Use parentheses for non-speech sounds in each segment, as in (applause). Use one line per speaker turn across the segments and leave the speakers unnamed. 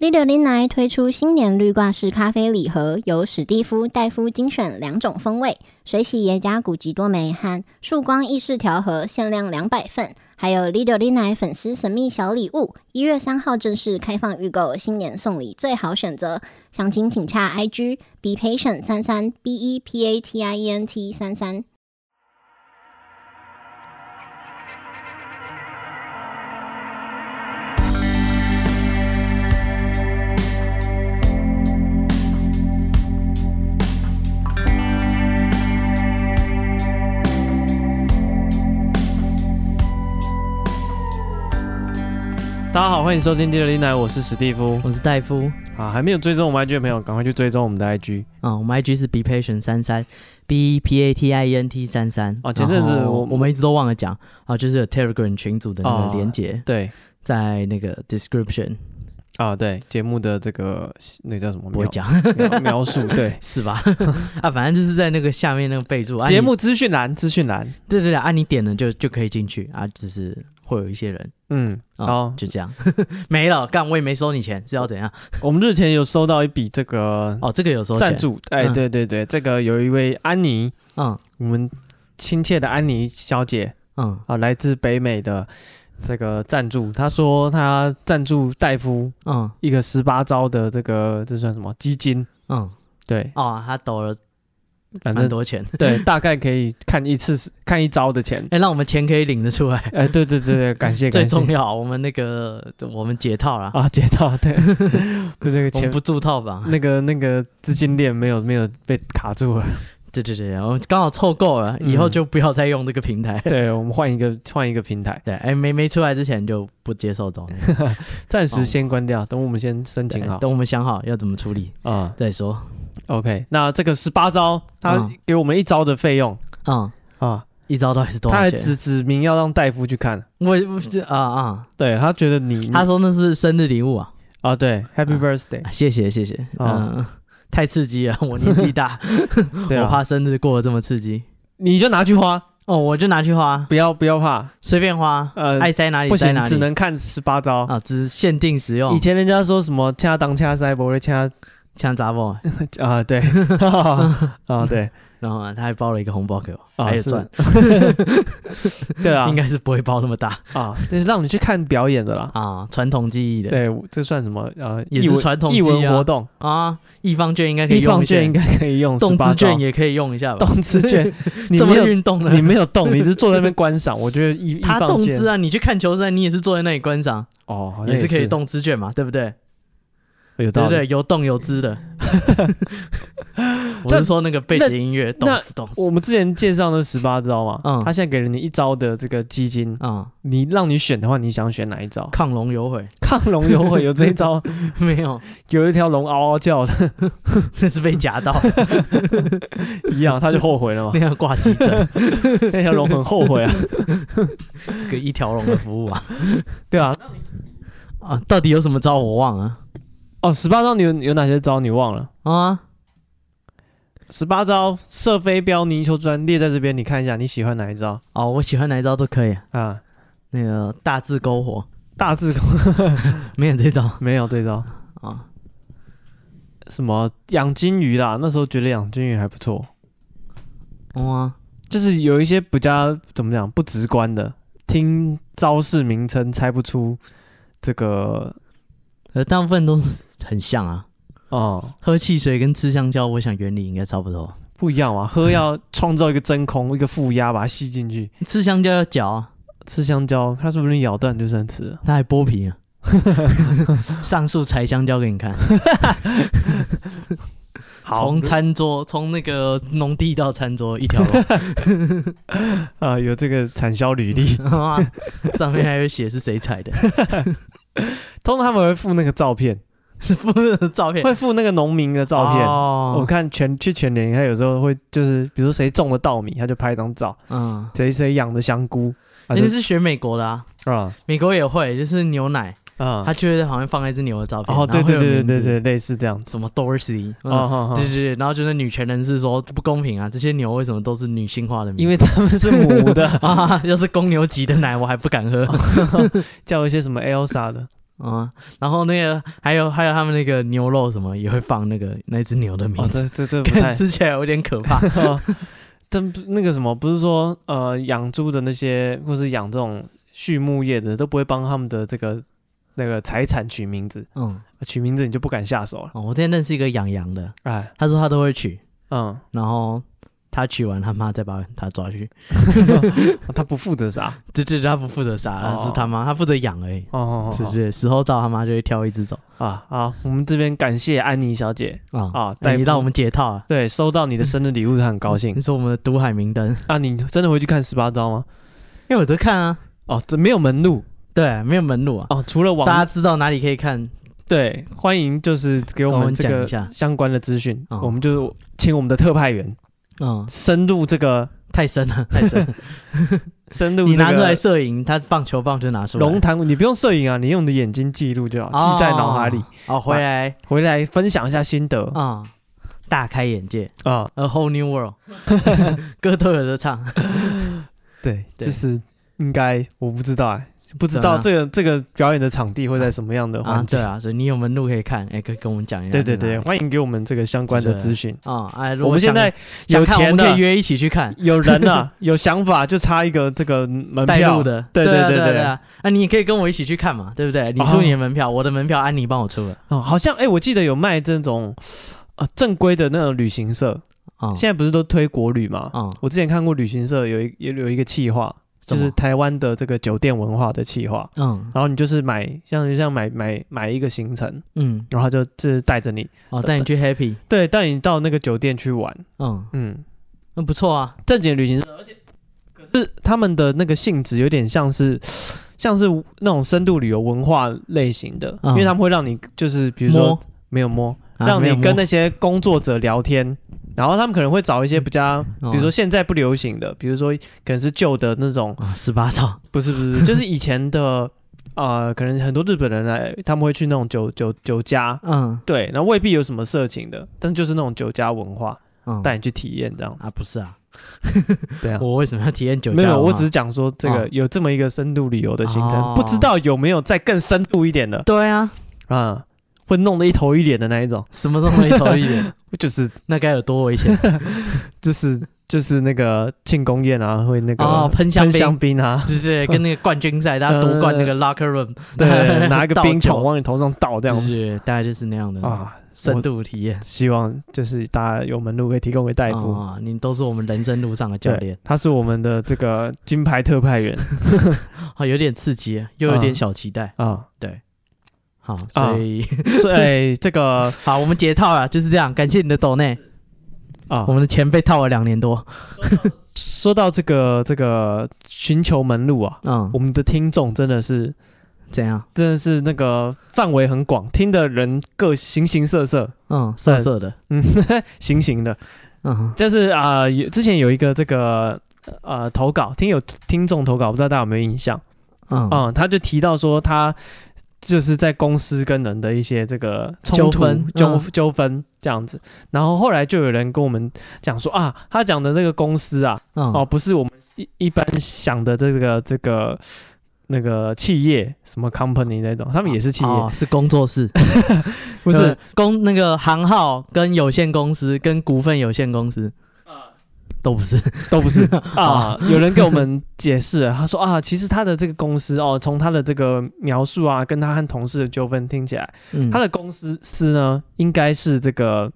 绿柳林来推出新年绿挂式咖啡礼盒，由史蒂夫、戴夫精选两种风味，水洗耶加古籍多梅和曙光意式调和，限量两百份。还有 Lido l i n a 粉丝神秘小礼物，一月三号正式开放预购，新年送礼最好选择。详情请洽 IG be patient 三三 b e p a t i e n t 三三。
大家好，欢迎收听《第六电台》，我是史蒂夫。
我是戴夫
啊，还没有追踪我们 IG 的朋友，赶快去追踪我们的 IG
啊、我们 IG 是 be patient 三三 b e p a t i e n t 三三
哦前阵子我
我我们一直都忘了讲啊，就是有 Telegram 群组的那
哦
个连接、
对。
在那个 description
啊，对节目的这个那叫什么
不会
描
讲 (laughs)
描描述， (laughs) 对
是吧？ (laughs) 啊，反正就是在那个下面那个备注啊，
节
你
目资讯栏资讯栏，
对对对啊，你点了就就可以进去啊，只是会有一些人
嗯，
啊、
哦
就这样 (laughs) 没了，干我也没收你钱是要怎样？
我们日前有收到一笔这个
哦，这个有收钱
赞，助，哎，
嗯
对对对，这个有一位安妮，
嗯
我们亲切的安妮小姐
嗯，
啊，来自北美的这个赞助，她说她赞助戴夫
嗯
一个十八招的这个这算什么基金？
嗯，
对，
哦，他抖了
反
蛮
正
多钱， (laughs)
对，大概可以看一次看一招的钱。
哎、让我们钱可以领得出来，
哎，对对对对，感谢
最
感
重
谢
要，我们那个我们解套了，
啊，接到对 (laughs) 对那个
我们
钱
不住套房。
那个那个资金链没有没有被卡住了。
(laughs) 对对对，我们刚好凑够了，以后
嗯
就不要再用这个平台。
对我们换一个换一个平台，
(laughs) 对，哎，没没出来之前就不接受
(laughs)
抖音，
暂时先关掉，等我们先申
对
请好
等我们想好要怎么处理
啊。
再说。
OK，那这个十八招，他
嗯
给我们一招的费用
嗯，
啊，
一招到底是多
他
少
还
钱？
指指明要让戴夫去看，
我我是啊啊，
对他觉得你
他说那是生日礼物啊，
啊，对，Happy
嗯
Birthday，
啊谢谢谢谢，
哦
嗯，太刺激了， (laughs) 我年纪大，
(laughs) 对
我
啊，
怕生日过得这么刺激。
你就拿去花，
哦，我就拿去花，
不要不要怕，
随便花，
呃
爱塞哪里
不
塞
行
哪，里，
只能看十八招。
啊，只限定使用
以。前人家说什么掐当掐塞，不会掐
像杂货，
啊，对， (laughs) 啊对，
然后啊，他还包了一个红包给我，
啊
还有
是
赚，
对啊，
应该是不会包那么大
啊，就是让你去看表演的啦。
啊。传统技艺的，
对，这算什么？呃，
也
艺
是
文
传统
艺
技
文
啊
活动，
啊，一方券应该可以
地
用
方
一下
券应，该可以用
动
18招
资券也可以用一下
(laughs)
吧。
动资券，
(laughs)
你
这么
没有
运动了，
你没有动，你只是坐在那边观赏。我觉得一
(laughs) 他动资
啊，
啊，你去看球赛，你也是坐在那里观赏，
哦，好像
也是可以
是，
动资券嘛，对不对？
有
对
道
不对？
理。
有动有资
(laughs)
的。我
但
是说那个背景音乐，动
那
资动资
我们之前介绍的十八招嘛，
嗯
他现在给了你一招的这个基金，
啊，
你让你选的话，你想选哪一
(laughs)
招？
亢龙有悔
亢龙有悔有这一招，
没有？
(laughs) 有一条龙嗷嗷叫的
那是被
(laughs)
夹到，
一样，他就后悔了嘛
(laughs) 那。样挂
(laughs)
急诊，
那条龙很后悔啊，
这个一条龙的服务啊
对啊。
啊！到底有什么招我忘了
哦，十八招你有有哪些招你忘了？
啊？
十八招射飞镖、泥鳅砖列在这边，你看一下你喜欢哪一招
哦，我喜欢哪一招都可以。
啊？
那个大字篝火
大致
没有
(laughs)
这招
没有这招，
啊，
什么养金鱼啦？那时候觉得养金鱼还不错，
哇、
就是有一些比较怎么讲不直观的，听招式名称猜不出这个
呃，大部分都是很像啊。
哦、
喝汽水跟吃香蕉，我想原理应该差不多。
不一样啊。喝要创造一个真空，一个负压把它吸进去。
吃香蕉要嚼啊，
吃香蕉，它是不是咬断就算吃了？
它还剥
(laughs)
皮啊。上树采香蕉给你看，从 (laughs) 餐桌从那个农地到餐桌一条龙，
(laughs) 啊、有这个产销履
(laughs)
历，
啊上面还有写是
(laughs)
谁采的，
通常他们会附那个照片，
是附的照片，
会附那个农民的照片。我
哦，
看全去全联，他有时候会就是，比如说谁种了稻米，他就拍一张照；
嗯，
谁谁养的香菇，啊
那就是学美国的啊，
就啊
美国也会，就是牛奶，
啊，
它就会在旁边放一只牛的照片，
哦，对
然后
对
会有
对
名
对
字
对对，类似这样子。
什么 Dorsey，、嗯、
哦哦，
对
哦
对对，然后就是女权人士说不公平啊，这些牛为什么都是女性化的名字？ (laughs)，
因为他们是母的 (laughs)
啊，要是公牛挤的奶我还不敢喝
叫一些什么 Elsa 的，
啊啊、然后那个还有还有他们那个牛肉什么也会放那个那只牛的名
哦，
字， (laughs)
这这这不
看
太
吃起来有点可怕。
(laughs) 哦，但不那个什么，不是说呃养猪的那些，或是养这种畜牧业的，都不会帮他们的这个那个财产取名字，
嗯，
取名字你就不敢下手了。
哦，我之前认识一个养羊的，
哎，
他说他都会取，
嗯，
然后他取完他妈再把他抓去，
啊他不负责啥？
(laughs) 这这他不负责杀，
哦
是他妈，他负责养而已。
哦哦
是
哦
是，时候到他妈就会挑一只走
哦啊啊！我们这边感谢安妮小姐
啊
啊，
哎
带
你让我们解套啊！
对收到你的生日礼物，她很高兴
(laughs) 你是我们的毒海明灯， (laughs)
啊。你真的回去看十八招吗？
因为我在看啊，
哦，这没有门路
对，没有门路啊，
哦，除了网
大家知道哪里可以看
对，欢迎就是给我
跟我
们
们
这
讲
个
一下
相关的资讯，
哦
我们就请我们的特派员
嗯，
深入这个
太
(laughs)
深了，太深了。
深入、这
(laughs) 你
个
拿出来摄影，他棒球棒就拿出来，
龙潭，你不用摄影啊，你用你的眼睛记录就好，
哦
记在脑海里，。
哦，回来
回来分享一下心得啊、
啊，大开眼界，A whole new world，歌都有的
(laughs)
唱。
对，
对
就是应该我不知道哎、不知道
怎么样
这个这个表演的场地会在什么样的
啊，
环境。
对啊，所以你有门路可以看，哎，可以跟我们讲一下在
对
哪
对
里。
对，欢迎给我们这个相关的
是
资讯。
啊，哎，如果
我们现
想
在有
想看，我
钱
们可以
的，
约一起去看
有人了，有想法就差一个这个门
带
票
路。的，
对
对
对
啊
对
对啊
对
对啊，啊，你也可以跟我一起去看嘛，对不对？你出你的门票，我的门票安妮帮我出了
哦，好像哎、我记得有卖这种呃正规的那种旅行社，
啊
现在不是都推国旅嘛？
啊，
我之前看过旅行社有一有有一个企划，就
什
是
么
台湾的这个酒店文化的企划。
嗯
然后你就是买，像就像买买买一个行程，
嗯，
然后就就是带着你，
哦，带你去 happy，
对，带你到那个酒店去玩，
嗯，
嗯，
那不错啊，
正经的旅行社，而且可是他们的那个性质有点像是像是那种深度旅游文化类型的，
嗯
因为他们会让你就是比如
摸
说没有摸，
啊
让
没有
你跟
摸
那些工作者聊天，然后他们可能会找一些比较，
哦
比如说现在不流行的，比如说可能是旧的那种，
啊十八套，
不是不是，
(laughs)
就是以前的，呃，可能很多日本人来，他们会去那种酒酒酒家，
嗯
对，然后未必有什么色情的，但就是那种酒家文化，
嗯，
带你去体验这样，
啊不是啊，
对啊。
我为什么要体验酒驾
没
文化？
有，我只是讲说这啊个
哦
有这么一个深度旅游的行
哦
程，不知道有没有再更深度一点的
对啊，
啊，会弄得一头一脸的那一种，
什么都没头一点，
就是
(laughs) 那该有多危 (laughs) 险
就是就是那个庆功宴啊，会那个
哦！喷香
喷
槟，
香槟 (laughs) 啊，
对对，对跟那个冠军赛，大家夺冠那个 locker room，
对，拿一
(laughs)
个
倒
冰
酒
桶往你头上倒这样
就
子
是大概就是那样的啊，
啊。
深度体验。
希望就是大家有门路可以提供给戴夫，
啊，你都是我们人生路上的教
对
练，，
他是我们的这个金牌特派 (laughs) 员
嗯好，有点刺激，又有点小期待。
啊。
好，所以
所以这个
(laughs) 好，我们解套了，就是这样。感谢你的抖内，
啊
我，们的钱被套了两年多。
说到这个这个寻求门路啊，
嗯
我，们的听众真的是
怎样？
真的是那个范围很广，听的人各形形色色，
嗯，色色的。
嗯， (laughs) 形形的。
嗯
就是啊、呃有之前有一个这个呃投稿，听有听众投稿，不知道大家有没有印象？
嗯
嗯，他就提到说他就是在公司跟人的一些这个冲突
纠纷
纠
嗯
纠纷这样子，然后后来就有人跟我们讲说啊，他讲的这个公司啊，哦，
嗯，
不是我们一一般想的这个这个。那个企业什么 company 那种，他们也是企业， (laughs)
哦，是工作室，
不是
呃公那个行号跟有限公司跟股份有限公司，
嗯
都不是。
都不
(laughs)
是
哦
啊。有人给我们解释，他说啊，其实他的这个公司哦，从他的这个描述啊，跟他和同事的纠纷听起来，
嗯
他的公司司呢，应该是这个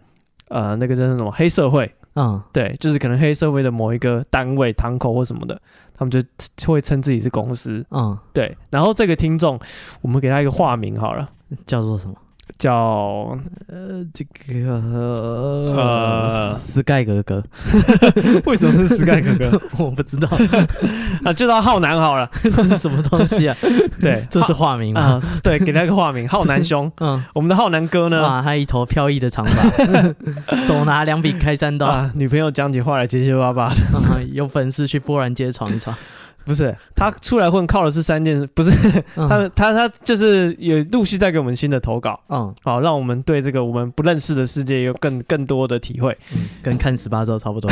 呃那个叫什么黑社会，
嗯
对，就是可能黑社会的某一个单位、堂口或什么的，他们就就会称自己是公司。
嗯，
对，然后这个听众，我们给他一个化名好了，
叫做什么？
叫
呃，这个
呃
呃，斯盖
(laughs)
格格，
为什么是 Sky 哥哥
我不知道
(laughs) 啊？就叫浩南好了，
(laughs) 这是什么东
(laughs)
西啊？
对，
这是化名
啊
吗？、
对，给他一个化名，浩南 (laughs) 兄。
嗯，
我们的浩南哥呢？啊
哇，他一头飘逸的长发， (laughs) 手拿两柄开山刀，
啊，女朋友讲起话来结结巴巴的，
啊有本事去波兰街闯一闯。
(laughs) 不是他出来混靠的是三件事，不是
嗯
他他他就是也陆续在给我们新的投稿，
嗯，
好，让我们对这个我们不认识的世界有更更多的体会。
跟看十八招差不多。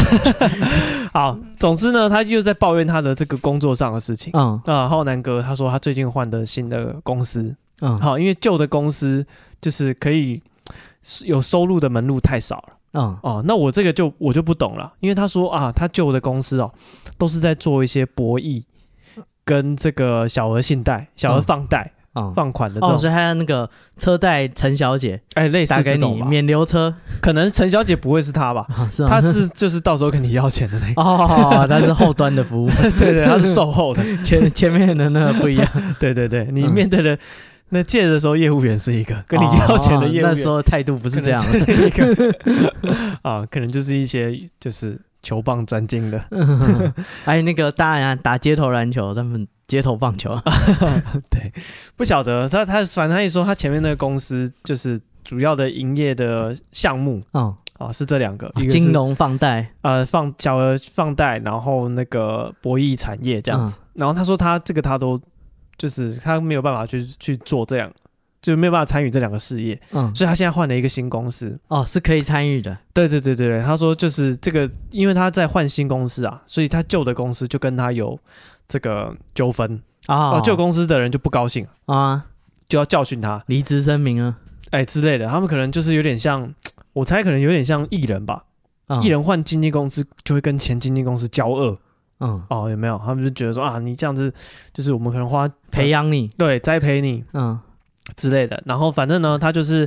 好，总之呢，他又在抱怨他的这个工作上的事情。
嗯
啊、浩南哥他说他最近换的新的公司，
嗯，
好，因为旧的公司就是可以有收入的门路太少了
嗯，
哦。那我这个就我就不懂了，因为他说啊，他旧的公司哦，都是在做一些博弈跟这个小额信贷、小额
嗯
放贷、
嗯，
放款的这
哦，
种，
所以还有那个车贷陈小姐
哎、类似
打给
这种
你
吧。
免留车，
可能陈小姐不会是他吧？
啊是吗
他 (laughs) 是就是到时候跟你要钱的那个，
哦，他是后端的服务，
(laughs) 对对，他是
(laughs)
售后的，
前前面的那个不一样，
对对对，你
嗯
面对的那借的时候，业务员是一个，跟你
哦
要钱的业务员、
那时候态度不
不
是这样， (laughs)
一个 (laughs) 啊，可能就是一些就是球棒专精的，
哎，那个当然打街头篮球，他们街头
(laughs)
棒球，啊
不晓得他他反正他一说他前面那个公司就是主要的营业的项目
嗯，
啊是这两个，一个是
金融放贷，
呃放小额放贷，然后那个博弈产业这
嗯
样子，然后他说他这个他都就是他没有办法去去做这样，就没有办法参与这两个事业，
嗯，
所以他现在换了一个新公司，
哦，是可以参与的，
对对对对对，他说就是这个，因为他在换新公司啊，所以他旧的公司就跟他有这个纠纷，
哦
哦，旧公司的人就不高兴，
啊，
就要教训他，
离职声明啊，
哎之类的。他们可能就是有点像，我猜可能有点像艺人吧，
嗯
艺，人换经纪公司就会跟前经纪公司交恶
嗯，
哦，有没有？他们就觉得说啊，你这样子就是我们可能花
培养你，
对栽培你
嗯，
之类的。然后反正呢，他就是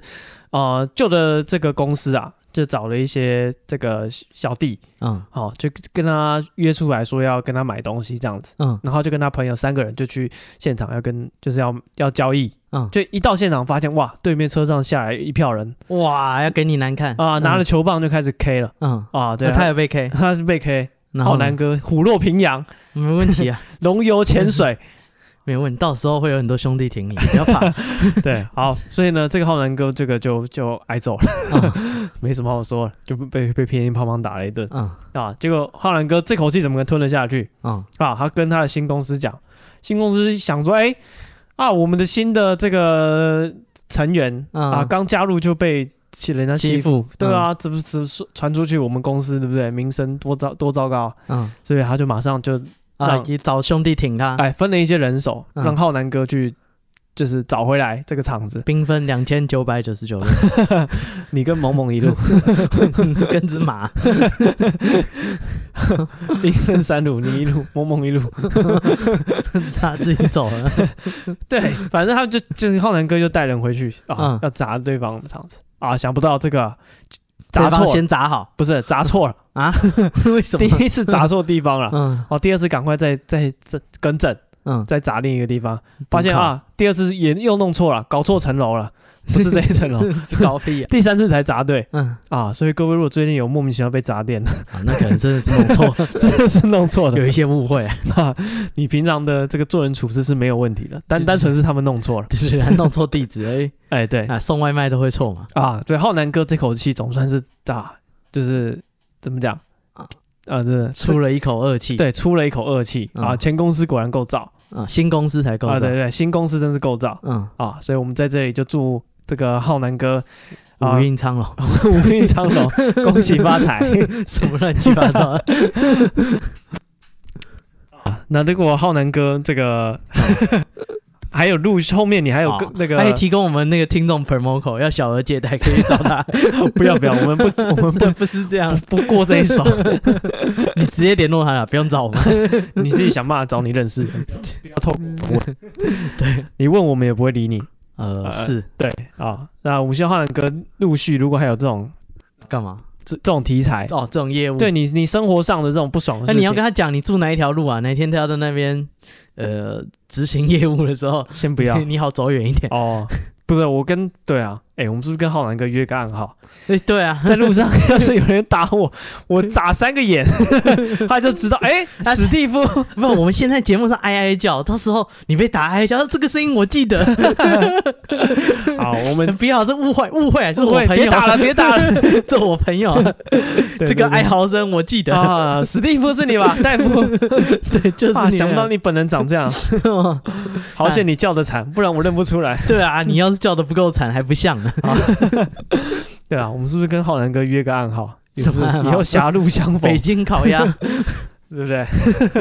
呃旧的这个公司啊，就找了一些这个小弟，
嗯，
好、就跟他约出来说要跟他买东西这样子，
嗯，
然后就跟他朋友三个人就去现场要跟就是要要交易，
嗯，
就一到现场发现哇，对面车上下来一票人
哇，要给你难看
(laughs) 啊，拿了
了，
球棒就开始 K 了
嗯，
啊，对
那
啊，
他也被 K，
他是被 K，
然后
浩
呢
南哥虎落平阳，
没问 (laughs) 题啊，
龙游潜水，
(laughs) 没问题，到时候会有很多兄弟挺你， (laughs) 不要怕，
对，好，所以呢，这个浩南哥这个就就挨揍了，
嗯
没什么好说了，就被被便宜胖胖打了一顿
嗯
啊，结果浩南哥这口气怎么能吞得下去？
(laughs) 嗯
啊，他跟他的新公司讲，新公司想说，哎、啊，我们的新的这个成员、
嗯
啊，刚加入就被欺人家欺
欺
负，
负，嗯
对啊，这不是传出去我们公司对不对？名声多糟多糟糕，
嗯，
所以他就马上就
嗯，啊
让，
你找兄弟挺他，
哎分了一些人手，
嗯
让浩南哥去就是找回来这个场子，
兵分两千九百九十九路，
(laughs) 你跟萌萌一 (laughs) 路，
(laughs) 跟只马，
兵分三路，你一 (laughs) 路，萌萌一路，
他自己走了，
对，反正他就就是浩南哥就带人回去啊，
嗯
要砸对方的场子啊，想不到这个砸
对
错
方
了。
先 (laughs) 砸好， (laughs)
不是砸 (laughs) 错了，
为什
第
么？
一次砸错地方了。
嗯
哦，第二次赶快再再再更正，
(laughs) 嗯，
再砸另一个地方，发现
靠
啊，第二次也又弄错了，搞错层楼了，不是这一层 (laughs) 楼，
(laughs) 高屁啊，
第三次才砸对
嗯，
啊。所以各位如果最近有莫名其妙被砸店，
啊那可能真的是弄错， (laughs)
真的是弄错
有
的
一，些
(laughs)
误会，
啊你平常的这个做人处事是没有问题的，
就
但
是
单纯是他们弄错了。
就是他弄错地址而已，
哎，对
啊，送外卖都会错嘛，
啊，对，浩南哥这口气总算是啊，就是怎么讲
啊
啊，真的
出了一口恶气，
对出了一口恶气啊。
嗯
前公司果然够造
啊，新公司才够
啊，
造
对，对，新公司真是够造。
嗯，
啊，所以我们在这里就祝这个浩南 (laughs) 哥啊
五运昌隆，
五运昌隆， (laughs) 恭喜发财。
(laughs) 什么乱七八糟，
啊那如果浩南哥这个 (laughs) 还有陆续后面你还有
哦
个、那个
他可以提供我们那个听众 promoco 要小额借贷可以找
(laughs)
他，
(laughs) 不要不要，我们不我们不
这不是这样，
不不过这一
(laughs)
手，
你直接联络他了，不用找我们，
你自己想办法找你认识的人，不
嗯
要透过我。对你问我们也不会理你
(laughs) 呃，
呃
是
啊。那我们希望浩南哥陆续如果还有这种
干嘛？
这这种题材，
哦，这种业务，
对你你生活上的这种不爽的
那
事情，
啊你要跟他讲你住哪一条路啊？哪天他要在那边呃执行业务的时候，
先不要
(laughs) 你好走远一点。
啊哦。不是我跟对啊，哎、我们是不是跟浩南哥约个暗
(laughs)
号？
哎，对啊，
在路上要是有人打我，我眨三个
(laughs)
眼，他就知道，哎、
他
史蒂
(laughs)
夫，
不，我们现在节目上哀哀叫，到时候你被打哀叫，这个声音我记得。
(laughs) 好，我们
不要，这误会误会，这是
误
我
会
朋友，
别打了别打
了， (laughs) 这我朋友，
(laughs) 对
这
对对
个哀 (laughs) 嚎声我记得，
啊，史蒂夫是你吧，大夫？
(laughs) 对，就是
啊，
你。
想不到你本人长这样，好险你叫的惨，不然我认不出
(laughs)
来。
(laughs) 对啊，你要是叫的不够惨，还不像呢。
(laughs) 对啊，我们是不是跟浩南哥约个暗号？
什么暗号
以后狭路相逢
(laughs) 北，京烤鸭，
(laughs) 对不对？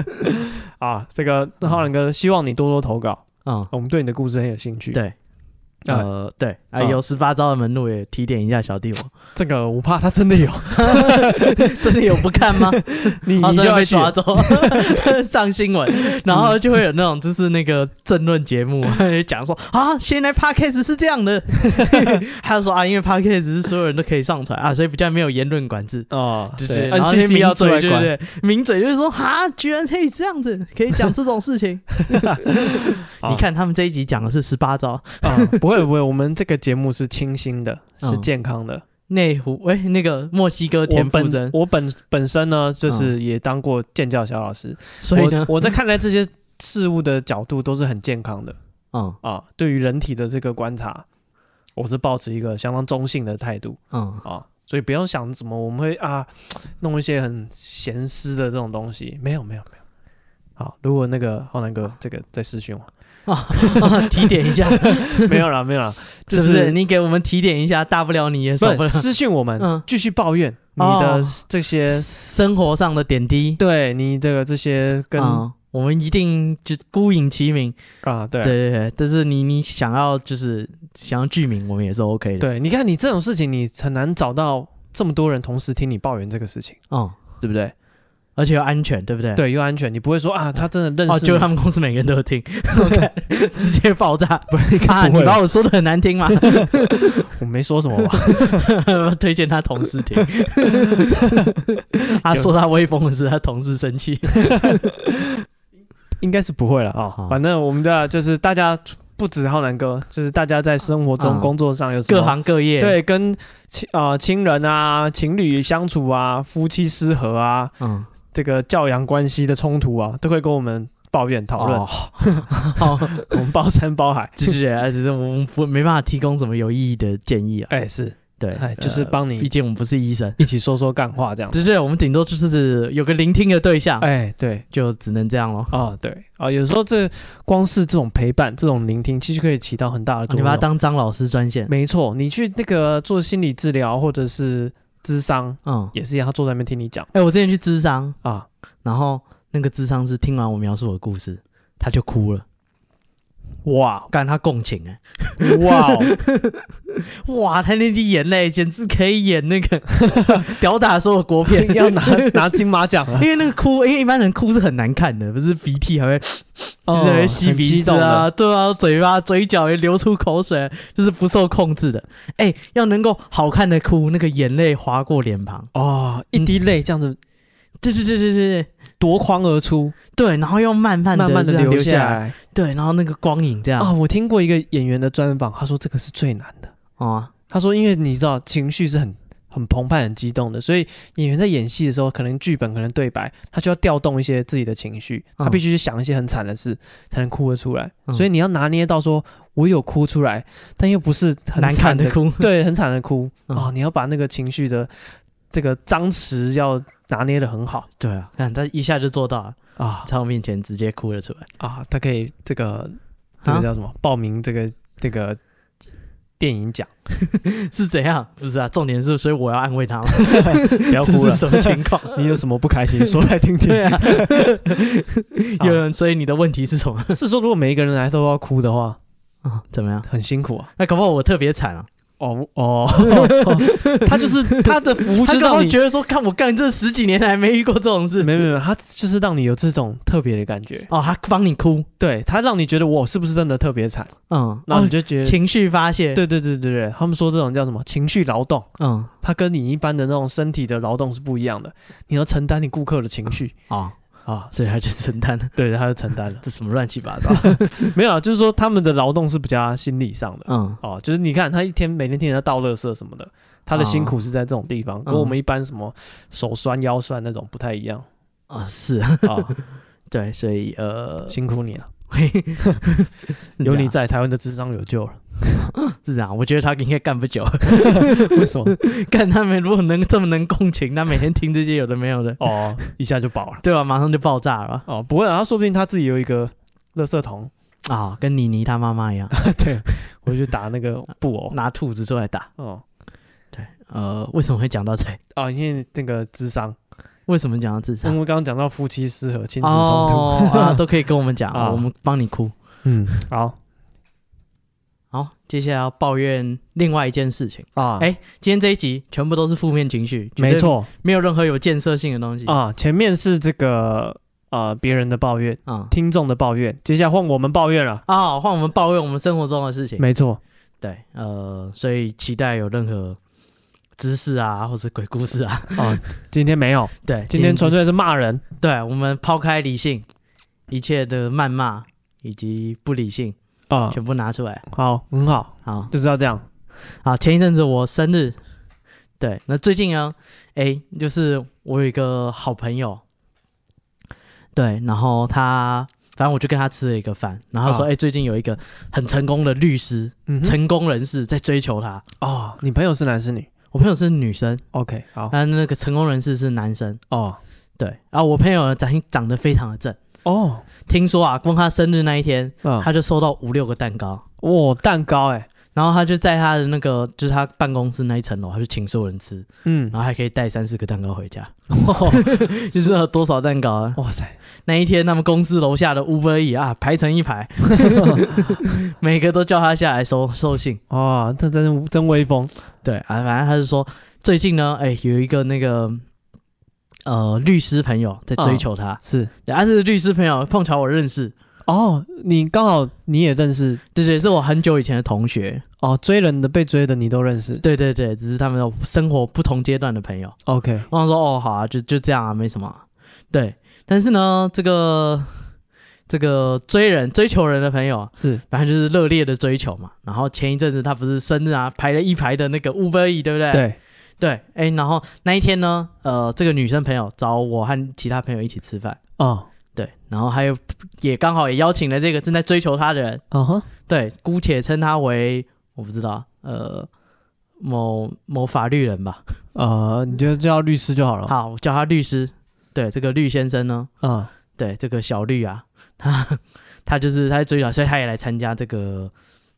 (laughs) 啊，这个浩南哥，希望你多多投稿，
嗯，
(laughs) 我们对你的故事很有兴趣。
对，呃，对，啊，
嗯
有十八招的门路也提点一下小弟我， (laughs)
这个我怕他真的有，
真的有不看
(laughs)
吗？
你
他
你
真
就
的
要
被
去
抓走，
(laughs)
上新闻，然后就会有那种就是那个政论节目 (laughs) 讲说啊，现在 podcast 是这样的， (laughs) 还有说啊，因为 podcast 是所有人都可以上传啊，所以比较没有言论管制。
哦，
对
对
对，然后那些
NCC
名
要出
嘴
来
对
管，
对对，名嘴就是说哈，居然可以这样子，可以讲这种
(laughs)
事情。 (laughs)
啊
你看他们这一集讲的是十八招
啊， (laughs) 不会不会，我们这个节目是清新的，是
嗯
健康的。
内湖，喂，那个墨西哥
我
田馥
本
甄，
我本本身呢，
嗯
就是也当过健教小老师，
所以呢，
我我
(laughs)
在看待这些事物的角度都是很健康的
嗯
啊。对于人体的这个观察，我是抱持一个相当中性的态度
嗯
啊，所以不要想怎么我们会啊弄一些很闲湿的这种东西，没有没有没有。好，如果那个浩南哥这个在私讯我， (laughs)
啊，提点一下，
没有啦没有啦，就是
不 (laughs) 是？你给我们提点一下，大不了你也少不
不
了
是私讯我们
嗯，
继续抱怨你的
哦
这些，
生活上的点滴，
对你这个这些跟
嗯我们一定就孤影其名，
啊，对
对对对。但是你你想要就是想要剧名，我们也是 OK 的，
对，你看你这种事情，你很难找到这么多人同时听你抱怨这个事情，
嗯，
对不对？
而且又安全，对不对？。
对，又安全，你不会说啊，他真的认
哦，
识你，
就他们公司每个人都
(laughs)
有听， (laughs) 直接爆炸！
应
啊，
该不
你
会吧，
把我说的很难听嘛，
我没说什么吧？
(laughs) 推荐他同事听。他说他威风的是他同事生气，
(laughs) 应该是不会了啊、
好
反正我们的就是大家不止浩南哥，就是大家在生活中、
啊
工作上有什么
各行各业，
对跟亲啊、亲人啊、情侣相处啊、夫妻失和啊、
嗯，
这个教养关系的冲突啊，都会跟我们抱怨讨论，
哦好，
(laughs) 我们包山包
(laughs)
海。
就是呃只是我们不没办法提供什么有意义的建议啊。
哎，是，
对，
哎，就是
呃
帮
毕
你
竟我们不是医生，
一起说说干话这样子。
只是我们顶多就是有个聆听的对象，
哎，对，
就只能这样咯。
啊，对啊，有时候这光是这种陪伴、这种聆听，其实可以起到很大的作
哦你
用。
把它当张老师专线，
没错，你去那个做心理治疗或者是咨商
嗯，
也是一样，他坐在那边听你讲
哎，我之前去智商，
啊，
然后那个智商是听完我描述我的故事，他就哭了，
哇
干他共情哎、
哇哦，
哇，他那滴眼泪简直可以演那个屌打所有国片，
(laughs) 要
(laughs)
拿拿金马奖了
因，为那个哭， (laughs) 因为一般人哭是很难看的，不是鼻涕还会就是还会吸
很
鼻
激
子
动
啊，
的，
对啊，嘴巴、嘴角也流出口水，就是不受控制的。哎、要能够好看的哭，那个眼泪划过脸庞，
哦，一滴泪这样子
对对对对对对
夺眶而出，
对，然后又慢嗯慢的
慢慢的流
流
下
来，
来。
对，然后那个光影这样，
啊，
哦
我听过一个演员的专访，他说这个是最难的。
啊，
他说，因为你知道情绪是很很澎湃、很激动的，所以演员在演戏的时候，可能剧本、可能对白，他就要调动一些自己的情绪，
嗯
他必须去想一些很惨的事，才能哭得出来。
嗯
所以你要拿捏到说，我有哭出来，但又不是很
难
惨
看的，哭，
(laughs) 对，很惨的哭啊、
嗯
哦你要把那个情绪的这个张弛要拿捏的很好
对啊，看他一下就做到了，
啊
在我面前直接哭了出来，
啊，他可以这个这个
啊
叫什么？报名这个这个电影
(laughs)
奖，
是怎样？不是啊，重点是，所以我要安慰他嘛，
不要
这
哭
是
了。
什么 (laughs) 情况？
(laughs) 你有什么不开心说来听听？
对啊， (laughs) 有人，所以你的问题是什 (laughs) 么？
是说如果每一个人来都要哭的话，
啊，怎么样？
很辛苦啊。
那搞不好我特别惨啊！
哦哦，他就是他的服务
(laughs) 他
就
搞不好
让你
觉得说，看我干这十几年来没遇过这种事。
没有没有，他就是让你有这种特别的感觉。
哦，他帮你哭，
对他让你觉得我是不是真的特别惨，
嗯，
然后
哦
你，就觉得，
情绪发泄，，
对对对对对，他们说这种叫什么情绪劳动，
嗯，
它跟你一般的那种身体的劳动是不一样的，你要承担你顾客的情绪
哦，
啊。
所以他就承担了，
对，他就承担了。
(laughs)
(laughs)
这什么乱七八糟，
没有啊，就是说他们的劳动是比较心理上的。
(laughs) 嗯，
哦，就是你看他一天每天听人家倒垃圾什么的，他的辛苦是在这种地
哦
方，跟我们一般什么手酸腰酸那种不太一样
哦，是啊， (laughs)
啊、
对，所以呃， (laughs)
辛苦你了，
嘿
有你在，台湾的智商有救了。
是这样，我觉得他应该干不久， (laughs)
为什么？
干他们如果能这么能共情，那每天听这些有的没有的，
哦，一下就饱了。
对吧？啊马上就爆炸了
哦，不会啊，他说不定他自己有一个垃圾桶，
啊，跟妮妮他妈妈一样，
(laughs) 对我就去打 (laughs) 那个布偶。
拿兔子出来打。
哦
呃，为什么会讲到这里？ (laughs)
哦，因为那个智 (laughs) 商，
为什么讲到自
因
杀？哦
为刚刚讲到夫妻失和、嗯亲子冲突。 (laughs)
啊啊，都可以跟我们讲，
啊
我们帮你哭。
嗯，好，
好，接下来要抱怨另外一件事情。
啊，
哎、今天这一集全部都是负面情绪，绝对
没，错
没有任何有建设性的东西。
啊，前面是这个呃别人的抱怨，
啊
听众的抱怨，接下来换我们抱怨了，
啊，换我们抱怨我们生活中的事情。
没 (laughs) 错，
对，呃，所以期待有任何知识啊，或是鬼故事啊。
今天没有，
对，
今天纯粹是骂人，
对我们抛开理性，一切的谩骂以及不理性，
啊，
全部拿出来。
好，很好，
好，
就是要这样，
好，啊前一阵子我生日，对，那最近呢，哎，就是我有一个好朋友，对，然后他。反正我就跟他吃了一个饭，然后他说：“
啊
哎、最近有一个很成功的律师，
嗯哼，
成功人士在追求他。
哦，你朋友是男是女
我朋友是女生，
？OK，好，
但那个成功人士是男生。
哦
对，然后我朋友呢长长得非常的正，
哦，
听说啊，光他生日那一天，
嗯，
他就收到五六个蛋糕，
哇，蛋糕，哎，
然后他就在他的那个就是他办公室那一层楼，他就请所有人吃，
嗯
然，后还可以带三四个蛋糕回家， (laughs)
哇
就是有多少蛋糕
(laughs)
啊？
哇塞，
那一天他们公司楼下的 Uber E 啊排成一排， (laughs) 每个都叫他下来收收信。
哇，哦这真是真威风，
对啊，反正他是说最近呢，哎、有一个那个呃律师朋友在追求他，
是，
对啊，这个律师朋友碰巧我认识，
哦，你刚好你也认识，
对对，是我很久以前的同学，
哦，追人的被追的你都认识
对对对，只是他们的生活不同阶段的朋友。
，OK，
我想说，哦，好啊，就就这样啊，没什么啊、对，但是呢，这个这个追人追求人的朋友，
是，
反正就是热烈的追求嘛。然后前一阵子他不是生日啊，排了一排的那个 Uber E，对不对？
对，
对，哎，然后那一天呢，呃，这个女生朋友找我和其他朋友一起吃饭，
哦，
对，然后还有也刚好也邀请了这个正在追求她的人，
啊哈，
对，姑且称他为我不知道，呃，某某法律人吧。
呃，你就叫律师就好了，
好，我叫他律师。对，这个律先生呢，
啊，
对这个小绿啊， (laughs) 他他就是他在追小，啊所以他也来参加这个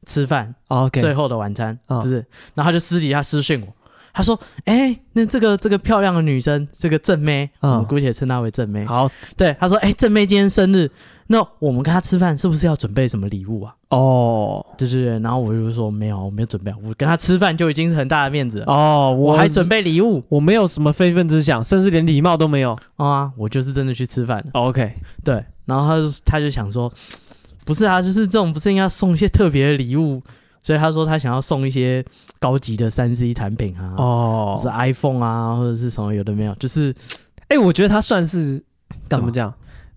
吃饭
哦，OK，
最后的晚餐，
嗯
不是？然后他就私底下私讯我，他说：“哎、那这个这个漂亮的女生，这个正妹，
嗯
我们姑且称她为正妹。
好，
对，他说：哎、正妹今天生日，那我们跟她吃饭是不是要准备什么礼物啊？
哦，
对对对，然后我就说没有，我没有准备，我跟她吃饭就已经是很大的面子了，
哦，
我
我
还准备礼物
我没有什么非分之想，甚至连礼貌都没有。
哦啊，我就是真的去吃饭了。
哦 OK，
对，然后他就他就想说，不是啊，就是这种不是应该送一些特别的礼物，所以他说他想要送一些高级的三 C 产品啊，
哦
是 iPhone 啊，或者是什么有的没有，就是
哎、我觉得他算是
干
怎
嘛
么讲，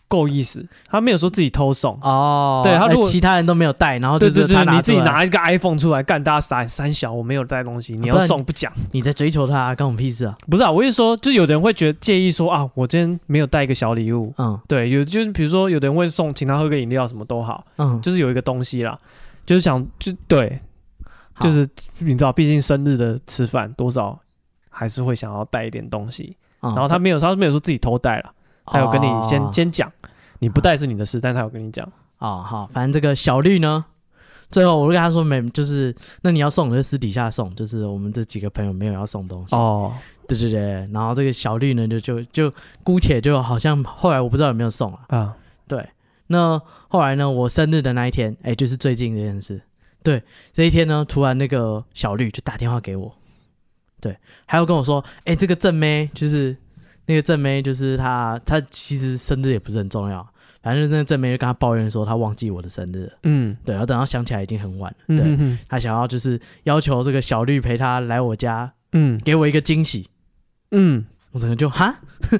够意思。他没有说自己偷送，
哦，
对他
哎
如果
其他人都没有带，然后就
对
是
对
他
对，
拿
你自己
出来，
拿一个 iPhone 出来干，大家傻三小，我没有带东西，你要
不然
送不讲。
你在追求他，关我屁事啊，
不是啊，我是说，就有的人会觉得介意说啊，我今天没有带一个小礼物。
嗯
对，有就是比如说，有的人会送，请他喝个饮料，什么都好，
嗯，
就是有一个东西啦，就是想就对，
好
就是你知道，毕竟生日的吃饭多少还是会想要带一点东西。
嗯
然后他没有，他没有说自己偷带了。他有跟你先、
哦
先讲，你不带是你的事，但他有跟你讲，
哦，好，反正这个小绿呢，最后我就跟他说没，就是那你要送我就私底下送，就是我们这几个朋友没有要送东西。
哦，
对对对，然后这个小绿呢就就就姑且就好像后来我不知道有没有送啊。
啊，
对，那后来呢，我生日的那一天，哎，就是最近这件事。对，这一天呢，突然那个小绿就打电话给我，对，还有跟我说，哎，这个正妹就是那个正妹，就是她，她其实生日也不是很重要，反正那个正妹就跟她抱怨说她忘记我的生日了，
嗯，
对，然后等到想起来已经很晚了，
嗯
对，
哼哼
她想要就是要求这个小绿陪她来我家，
嗯
给我一个惊喜，
嗯
我整个就哈， (laughs)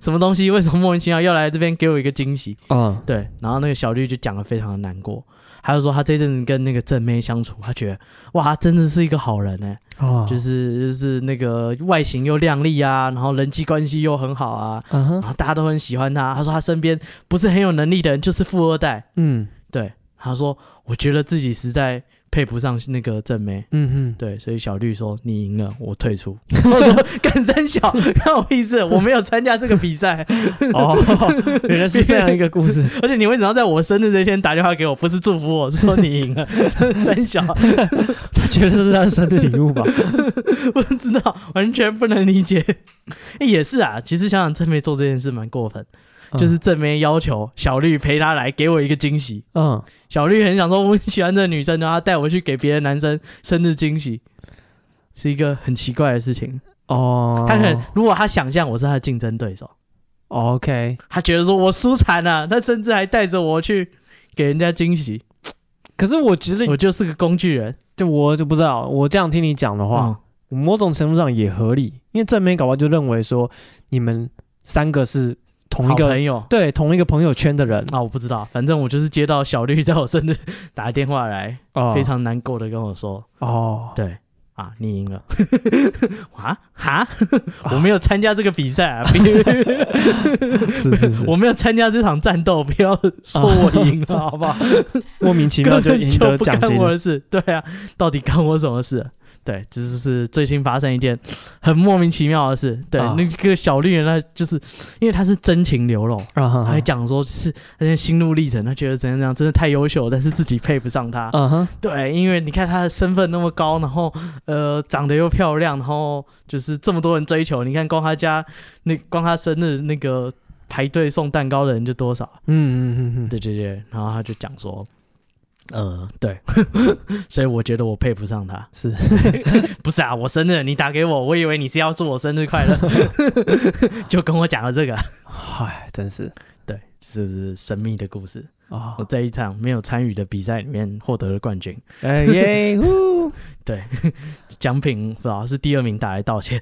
什么东西？为什么莫名其妙要来这边给我一个惊喜？
啊，
对，然后那个小绿就讲的非常的难过，他就说他这阵子跟那个正妹相处，他觉得哇，他真的是一个好人呢、
哦，
就，是就是那个外形又靓丽啊，然后人际关系又很好啊，
嗯哼，
然后大家都很喜欢他。他说他身边不是很有能力的人就是富二代。
嗯
对，他说我觉得自己实在配不上那个正妹。
嗯哼，
对，所以小绿说你赢了，我退出。 (laughs) 我说干三小，看我意思，我没有参加这个比赛，
哦， (laughs) 原来是这样一个故事，
而且你为什么要在我生日这天打电话给我？不是祝福我，是说你赢了， (laughs) 三小，
他觉得这
(laughs)
是他的生日礼物吧？
不知道，完全不能理解。欸也是啊，其实想想正妹
嗯
做这件事蛮过分，就是正妹要求小绿陪她来给我一个惊喜，
嗯，
小绿很想说我很喜欢这个女生，然后她带我去给别的男生生日惊喜，是一个很奇怪的事情。
哦，
他可能如果他想象我是他的竞争对手，
哦 OK，
他觉得说我输惨了，他甚至还带着我去给人家惊喜，
可是我觉得
我就是个工具人。
就我就不知道，我这样听你讲的话，
嗯
某种程度上也合理，因为正面搞不好就认为说你们三个是同一
好
个嗯
朋友
对同一个朋友圈的人
啊，我不知道，反正我就是接到小绿在我生日打电话来，
哦 (laughs)
非常难过的跟我说，
哦，
对啊，你赢了， (laughs) 啊哈，我没有参加这个比赛啊，别 (laughs)
是是是，
我没有参加这场战斗，不要说我赢了，好
(laughs)
不好？
莫名其妙就赢
根
得
本就
奖
不干
金
我的事，对啊，到底干我什么事？对，这就是最近发生一件很莫名其妙的事。对，
啊
那个小绿人，他就是因为他是真情流露，
啊
他
哈
还讲说是那些心路历程，他觉得怎样怎样，真的太优秀，但是自己配不上他。
啊哈
对，因为你看他的身份那么高，然后呃长得又漂亮，然后就是这么多人追求。你看光他家那光他生日那个排队送蛋糕的人就多少？
嗯嗯嗯嗯，
对对对，然后他就讲说，呃，对， (laughs) 所以我觉得我配不上他。
是
不是啊，我生日你打给我，我以为你是要祝我生日快乐， (laughs) 就跟我讲了这个，
唉，真是
对，这就是神秘的故事。
啊
我，在一场没有参与的比赛里面获得了冠军，
哎耶 (laughs) 呼，
奖品不知道是第二名打来道歉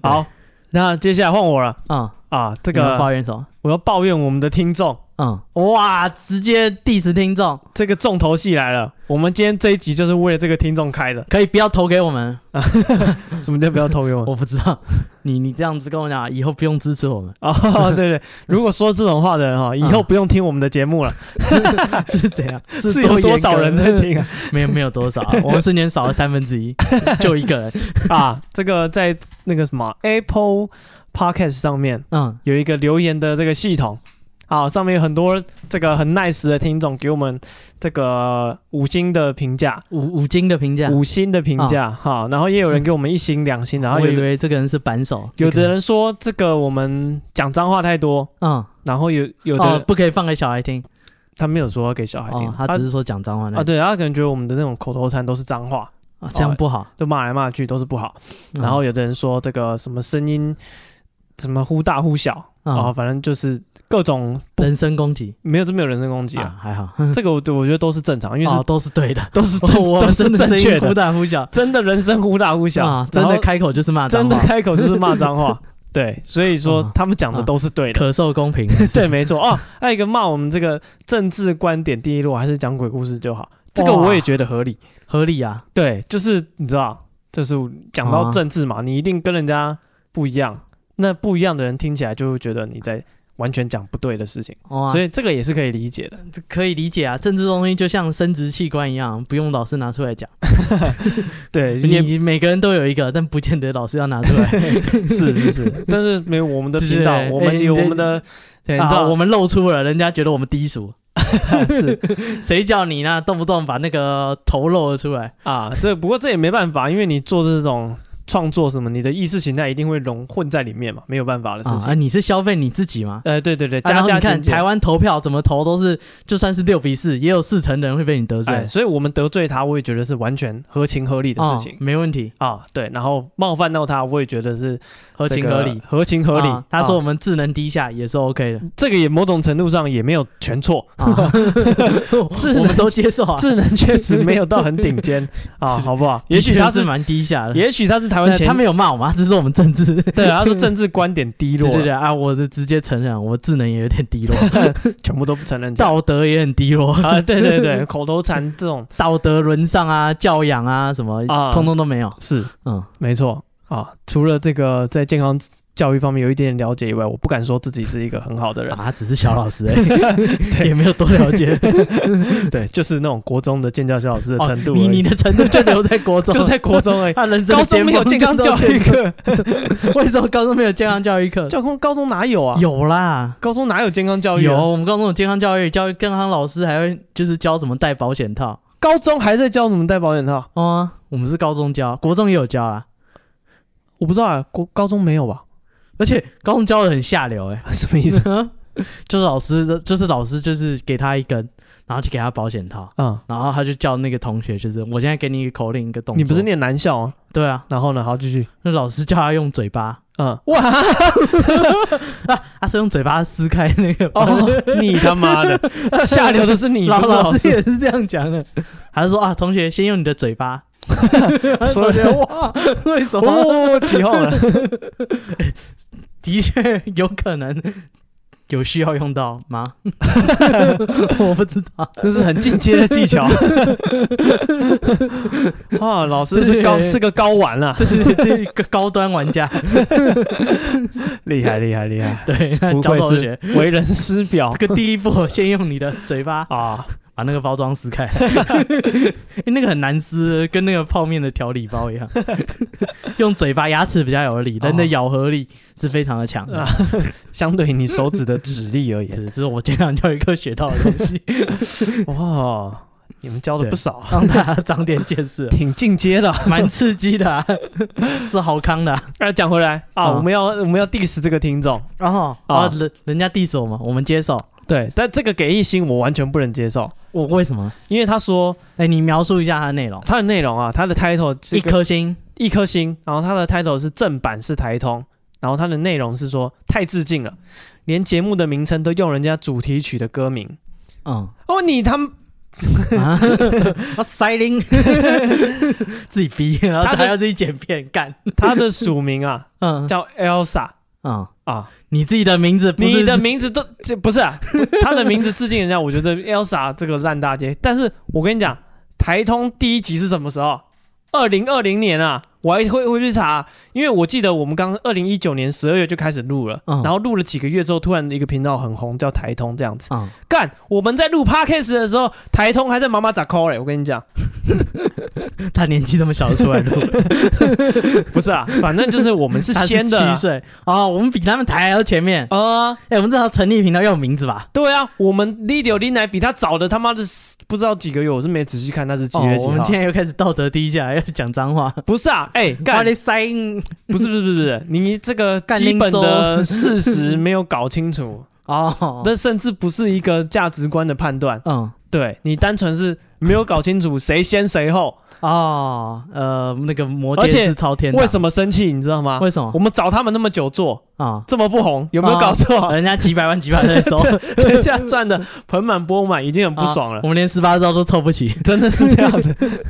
好，那接下来换我了
啊、嗯，
啊，这
这个
个
抱怨什么？
我要抱怨我们的听众，
嗯，哇，直接 diss 听众，
这个重头戏来了，我们今天这一集就是为了这个听众开
(laughs)
的，
可以不要投给我们，
什么叫不要偷啊给我？
我不知道， (laughs) 你你这样子跟我讲，以后不用支持我啊们， (laughs)
哦，对对，如果说这种话的人哈，以后不用听我们的节目了，
是怎样？
是
多
有多
严
少
格
人在听啊？ (laughs)
没有没有多少啊，我们瞬间少了三分之一，就一个人。
啊，这个在那个什么 Apple Podcast 上面
嗯
有一个留言的这个系统，啊，上面有很多这个很 nice 的听众给我们这个五星的评价，
五五金的评价，
五星的评价哈，然后也有人给我们一星、两星，然后
啊我以
有的
为这个人是扳手，
有
这个
的人说这个我们讲脏话太多，
嗯
然后有有
哦
的
不可以放给小孩听，
他没有说要给小孩听
哦，，他只是说讲脏话那
啊，对，他可能觉得我们的那种口头禅都是脏话。
啊这样不好。
就骂来骂去都是不好。
嗯
然后有的人说这个什么声音，什么忽大忽小，
嗯
然后反正就是各种哦不
人身攻击
没有这没有人身攻击
啊 (laughs)
啊，
还好，
这个我我觉得都是正常，因为是
哦都是对的，
(laughs) 都是
哦
正
(laughs) 我
都是
真的
正
声
确
音忽
的，
大忽小
真的人生忽大忽小
啊，，真
然
的
后
开口就是骂脏
真的
话，
开口就是骂脏
(laughs)
话，对，所以说
嗯
他们讲的都是
(laughs)
对的。
可受公平。
(laughs) 对，没错哦。还有一个骂我们这个政治观点第一路还是讲鬼故事就好，这个
哇
我也觉得合理。
合理啊，
对，就是你知道，就是讲到政治嘛，你一定跟人家不一样，那不一样的人听起来就会觉得你在完全讲不对的事情，
哇，
所
以
以这个也是可以理解的。
可以理解啊，政治东西就像生殖器官一样，不用老师拿出来讲，
对，也
你每个人都有一个，但不见得老师要拿出来。
(laughs) 是是是，但是没有我们的频道
对，对
我们
哎
有
你
我
这
们的，对，你
啊
知道
我们露出了，人家觉得我们低俗，
们 (laughs) 是
谁叫你呢？动不动把那个头露了出来，
啊，这不过这也没办法，因为你做这种。创作什么，你的意识形态一定会融混在里面嘛，没有办法的事
啊
情。
啊！你是消费你自己吗？
呃，对对对，
啊
加
然后
加
你看
减减
台湾投票怎么投都是，就算是六比四，也有四成的人会被你得罪
哎，所以我们得罪他，我也觉得是完全合情合理的事
哦
情。
没问题，
啊，对，然后冒犯到他，我也觉得是
合
这
情
个
合理，
合情合理。
啊他说我
啊
们智能低下也是 OK 的，
这个也某种程度上也没有全错，
啊
智能
(laughs) 我们都接受啊，
智能确实没有到很顶
(laughs)
尖啊，
是
好不好？也许他
的确
是
是，蛮低下的，
也许他是台湾
呃
前，
他没有骂我们，他只是说我们政 (laughs) 治。
对，啊他说政治观点低落
对
了，
对对啊！我是直接承认，我智能也有点低落，
(laughs)
(laughs)
全部都不承认。
道德也很低落
啊，对对
(laughs)
对，口头禅这种
道德沦丧啊、教养啊什么，
啊
通通都没有。
是
嗯，
没错啊。除了这个在健康教育方面有一点点了解以外，我不敢说自己是一个很好的人。
啊，只是小老 (laughs) 师而已，也没有多了解。
对，就是那种国中的建教小老师的
哦
程度而已，
你你的程度就留在国中，
就在国中而已。
他人生
高
的
中
巅峰
没有健康教育，课，
(laughs) 为什么高中没有健康教育课？
教工高中哪有啊？
有啦。
高中哪有健康教育、
有，，我们高中有健康教育，教健康老师还会就是教怎么戴保险套
高中还在教怎么戴保险套？
哦啊、我们是高中教，国中也有教啊，
我不知道啊，高高中没有吧？
而且高中教的很下流哎、 (laughs)
什么意思？
欸，就是老师的，就是老师就是给他一根，然后就给他保险套，
嗯，
然后他就叫那个同学，就是我现在给你一个口令，一个动作。
你不是念男校啊？
对啊？
然后呢？好，继续。
那老师叫他用嘴巴，啊
嗯，
(laughs)
哇
他是用嘴巴撕开那个包。
哦，你他妈的下流的是你，
(laughs) 老
不是
老
老
师
师。
也是这样讲的，他就说啊，同学先用你的嘴巴。
所以
同学哇， (laughs) 为什么？
哦，起哄了。
的确有可能有需要用到吗？我不知道，
那是很进阶的技 (laughs) 巧。啊，老师是高
对
是个高玩啊，
这是这个高端玩家。
厉害厉害厉害！
对，那
不
教
愧
授学
是为人师表
这个第一步，先用你的嘴巴
啊！
把那个包装撕 (laughs) 开，欸那个很难撕，跟那个泡面的调理包一 (laughs) 样。用嘴巴牙齿比较有力，但的
哦
咬合力是非常的强的
啊。相对于你手指的指力而言，
这这是我经常教育课学到的东西，
(laughs)
(laughs)
哇，你们教的
对
不少啊，
让大家长点见识，
挺进阶的啊。
(laughs) 蛮刺激的、啊， (laughs) 是好康的、啊。
那讲回来啊，
嗯
我们要我们要 diss 这个听众，
哦，
啊
啊，人人家 diss 我们，我们接受。
对，但这个给一星我完全不能接受，
我为什么？
因为他说
哎、你描述一下它的内容。
他的内容啊，他的 title 是
一
个
颗星，
一颗星，然后他的 title 是正版是台通，然后他的内容是说太致敬了，连节目的名称都用人家主题曲的歌名。
嗯，
哦，你他们
啊，我塞零， (laughs) 自己逼，然后
他的
还要自己剪片干，
他的署名 (laughs) 啊
嗯
叫 Elsa
嗯，
啊，
你自己的名字不是
你的名字都这不是啊， (laughs) 他的名字致敬人家，我觉得 Elsa 这个烂大街。但是我跟你讲，台通第一集是什么时候？二零二零年啊，我还会会去查，因为我记得我们刚二零一九年十二月就开始录了，
嗯
然后录了几个月之后，突然一个频道很红，叫台通这样子。
啊，
干，我们在录 podcast 的时候，台通还在妈妈咋 call 嘞？我跟你讲，
他年纪这么小出来录，
不是 (laughs) 啊，反正就是我们是
他
先的啊
七岁 (laughs) 哦，我们比他们台还要前面。
啊、
哎，我们至少成立频道要有名字吧？
对啊，我们 Lidio 林奶比他早的他妈的不知道几个月，我是没仔细看他是几
哦
月几
我
号。
们现在又开始道德低下，要讲脏话。
不是啊，哎、
咖
干
喱塞，
不是不是不是不是，你这个
干
基本的
拎
事实没有搞清 (laughs) 楚，
(laughs) 哦，
那甚至不是一个价值观的判断，
嗯，
对你单纯是没有搞清楚谁先谁后，
哦，呃，那个魔
而
界
且
是超天的，
为什么生气，你知道吗？
为什么
我们找他们那么久做，
啊？
这么不红，有没有搞错？
哦人家几百万、几百万在 (laughs) 收，
人家赚的盆满钵满，已经很不爽了，
我们连十八招都凑不 (laughs) 齐。
真的是这样子 (laughs)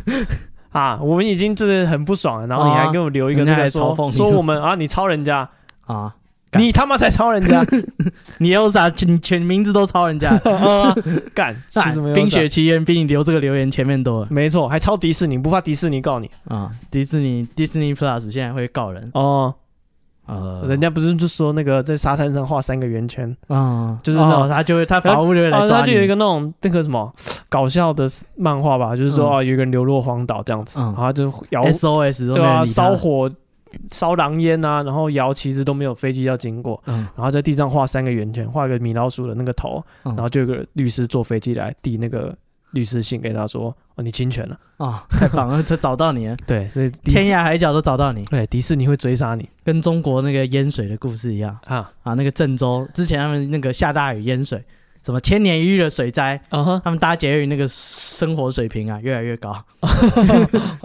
啊！我们已经真的很不爽了，然后你还给我留一个
啊
这个
人家还
说
嘲讽你
说我们啊，你抄人家，
啊，干
你他妈才抄人
(laughs)
家，
你有啥？你全名字都抄 (laughs) 人家。哎
啊干！其实没有
冰雪奇缘比你留这个留言前面多了
啊没错，还抄迪士尼，不怕迪士尼告你
啊！迪士尼 Disney Plus 现在会告人，
哦？
呃，
人家不是就说那个在沙滩上画三个圆圈，
啊，
就是那种
哦他就会他法务就会来
哦，
抓
他就有一
你。
个那种那个什么搞笑的漫画吧，就是说
嗯
哦，有一个人流落荒岛这样子，
嗯
然后他就摇
SOS 都
对
没人
啊，
理他
烧火、烧狼烟啊，然后摇旗子都没有飞机要经过，
嗯
然后在地上画三个圆圈，画个米老鼠的那个头，
嗯
然后就有个律师坐飞机来递那个律师信给他说：“哦，你侵权了。
啊，太棒了，这找 (laughs) 到你了，”
对，所以迪
天
士
涯海角都找到你，
对迪士尼会追杀你
跟中国那个淹水的故事一样
啊！
啊。那个郑州之前他们那个下大雨淹水，什么千年一遇的水灾，
啊 (laughs) 哈，
他们搭捷运那个生活水平啊越来越高，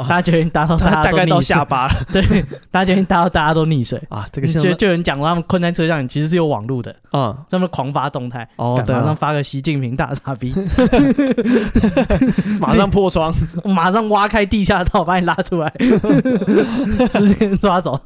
搭捷运搭到大
大
家
大
都
概到
溺水
下巴了
(laughs) 对，搭捷运搭到大家都
(laughs)
溺水。
啊，这
这
个像
就就有人讲过，他们困在车上其实是有网路的，
嗯
他们狂发动态，
哦
干，
对啊，
马上发个习近平大傻逼，
马上破窗，
马上挖开地下道把你拉
(laughs)
出来，直接抓走，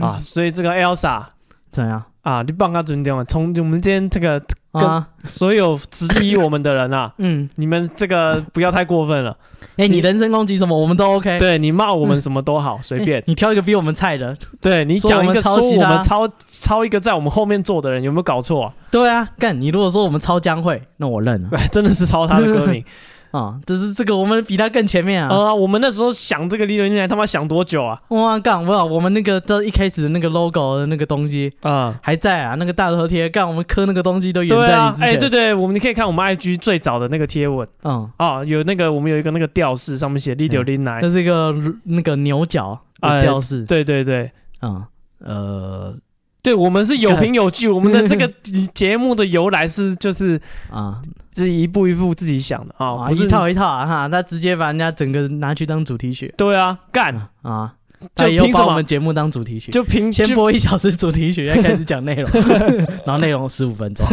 啊，所以这个 Elsa
怎样？
啊，你帮他尊重啊，从我们今天这个
啊，，
所有质疑我们的人啊
嗯，
你们这个不要太过分了，
哎，你
你
人身攻击什么我们都 OK，
对你骂我们什么都好，随
哎
便，
你挑一个比我们
(laughs)
菜的，
对你
说我
讲一
们
个说
抄袭
我
他
们抄抄一个在我们后面坐的人，有没有搞错啊？ (laughs)
对啊，干你如果说我们抄江蕙，那我认了
哎真的是抄他的歌名
啊，只是这个我们比他更前面 (laughs) 啊，
啊！我们那时候想这个理论进来，他妈想多久啊？
哇干，哇我们那个这一开始的那个 logo 的那个东西
啊，
还在啊，那个大头贴，干我们刻那个东西都远
对
在
啊
你，之
哎，
前，
对对，我们你可以看我们 IG 最早的那个贴文
嗯。
啊，有那个我们有一个那个吊饰，上面写 “Lidio 林来
那”，是一个那个牛角的
哎
吊饰，
对对对，
嗯呃，
对我们是有凭有据，我们的这个节目的由来是就是
啊，
是一步一步自己想的啊，
啊
不是
一套一套啊哈，他直接把人家整个拿去当主题曲
对啊，干
啊，
就
他以后
凭什
把我
么
们节目当主题曲，
就 (laughs) 凭
先
就
播一小时主题
(laughs)
曲，再开始讲内容，然后内容十五分钟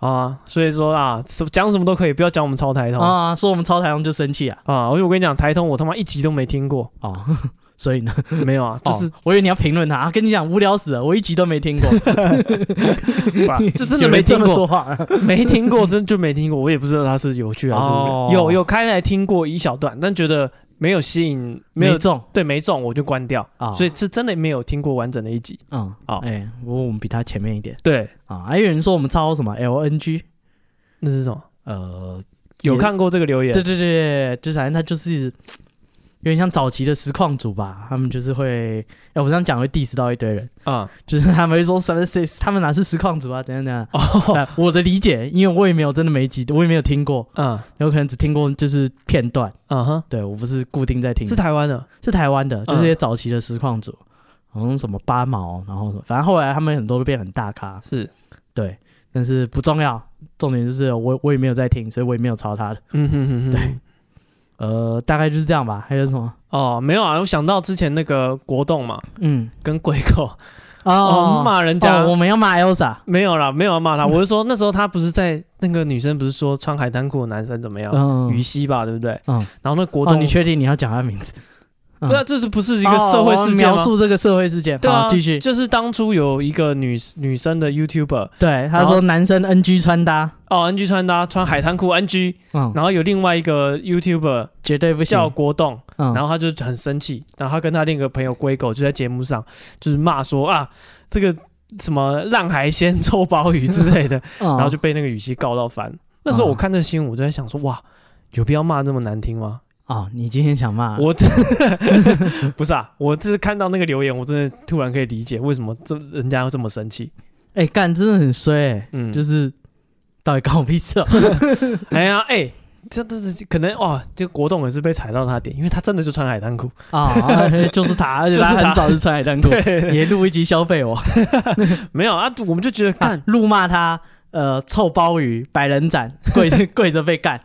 啊，所以说啊，什讲什么都可以，不要讲我们超台通
啊，说我们超台风就生气啊，
啊。而且我跟你讲，台通我他妈一集都没听
(laughs)
过，
哦，所以呢，
没有啊，就
就是是我以为你要评论他，啊跟你讲无聊死了，我一集都没听
(laughs)
过， (laughs)
这真的
有
没
人这
听
么
过，
说话， (laughs)
没听过，真就没听过，我也不知道它是有趣还是无
哦
聊。有有开来听过一小段，但觉得没有吸引，没有
中
对没中，我就关掉。
啊，
所以哦是真的没有听过完整的一集。
嗯，
好
哎，不过我们比他前面一点
对，
啊，还有人说我们超什么 LNG，
那是什么？
呃，
有看过这个留言
对对对，就是反正他就是有点像早期的实况组吧，他们就是会，哎，我这样讲会 diss 到一堆人，
啊？
就是他们会说什么谁，他们哪是实况组啊，怎样怎样。
(laughs) 哦，
啊我的理解，因为我也没有真的没几，我也没有听过，
嗯
有可能只听过就是片段。
嗯哼，
对我不是固定在听，
是台湾的
是台湾的，就是一些早期的实况组，好像什么八毛，然后什么反正后来他们很多都变很大咖，
是，
对，但是不重要，重点就是我我也没有在听，所以我也没有抄他的。
嗯哼哼哼，
对。呃，大概就是这样吧。还有什么？
哦，没有啊，我想到之前那个国栋嘛，
嗯，
跟鬼狗
哦
哦，骂人家
哦我们嗯要骂 Elsa
没有啦，没有要骂他，我是说那时候他不是在那个女生不是说穿海滩裤的男生怎么样？
嗯。
于西吧，对不对？
嗯，
然后那国
哦，
栋，
你确定你要讲他名字？嗯
对啊，这是不是一个社会事件
哦描
吗？
述这个社会事件。
对啊
好，继续。
就是当初有一个女女生的 YouTuber
对，他
然后
说男生 NG 穿搭，
哦，NG 穿搭穿海滩裤 NG，
嗯，
然后有另外一个 YouTuber
绝对不行。
叫国栋，
嗯，
然后他就很生气，然后他跟他另一个朋友龟狗就在节目上就是骂说啊，这个什么烂海鲜、臭鲍鱼之类的，
嗯
然后就被那个雨熙告到翻。那
啊
时候我看这个新闻，我就在想说，哇，有必要骂那么难听吗？ (laughs)
哦，你今天想骂
我不是啊，我这是看到那个留言，我真的突然可以理解为什么这人家要这么生气。
哎，干真的很衰，哎
嗯，就
(laughs) 就是是到底关我屁事哦？
哎呀，哎，这这这可能哇，这个国栋也是被踩到他的点，因为他真的就穿海滩裤，
啊，啊 (laughs) 就是他，而且他
就是他
很早就穿海滩裤，也录一集消费我，
没有啊，我们就觉得
(laughs) 干
干
怒骂他。呃，臭鲍鱼、百人斩，跪着 (laughs) 跪着被干，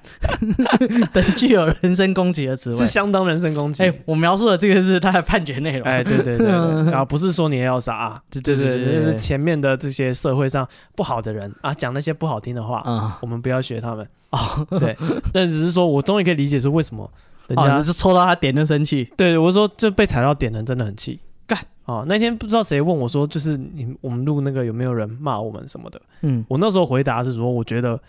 等具有人身攻击的词
是
汇。
相当人身攻击。
哎、我描述的这个是他的判决内容。
哎，对对对对，
(laughs) 嗯
啊，不是说你也要杀啊，对对对，
对对
就
对
是前面的这些社会上不好的人啊，讲那些不好听的话，
啊、
我们不要学他们。
哦，
对，但只是说我终于可以理解说为什么人家、
哦，你是抽到他点就生气。
对我说这被踩到点的人真的很气。
干
哦，那天不知道谁问我说，就是你我们录那个有没有人骂我们什么的？
嗯，
我那时候回答是说，我觉得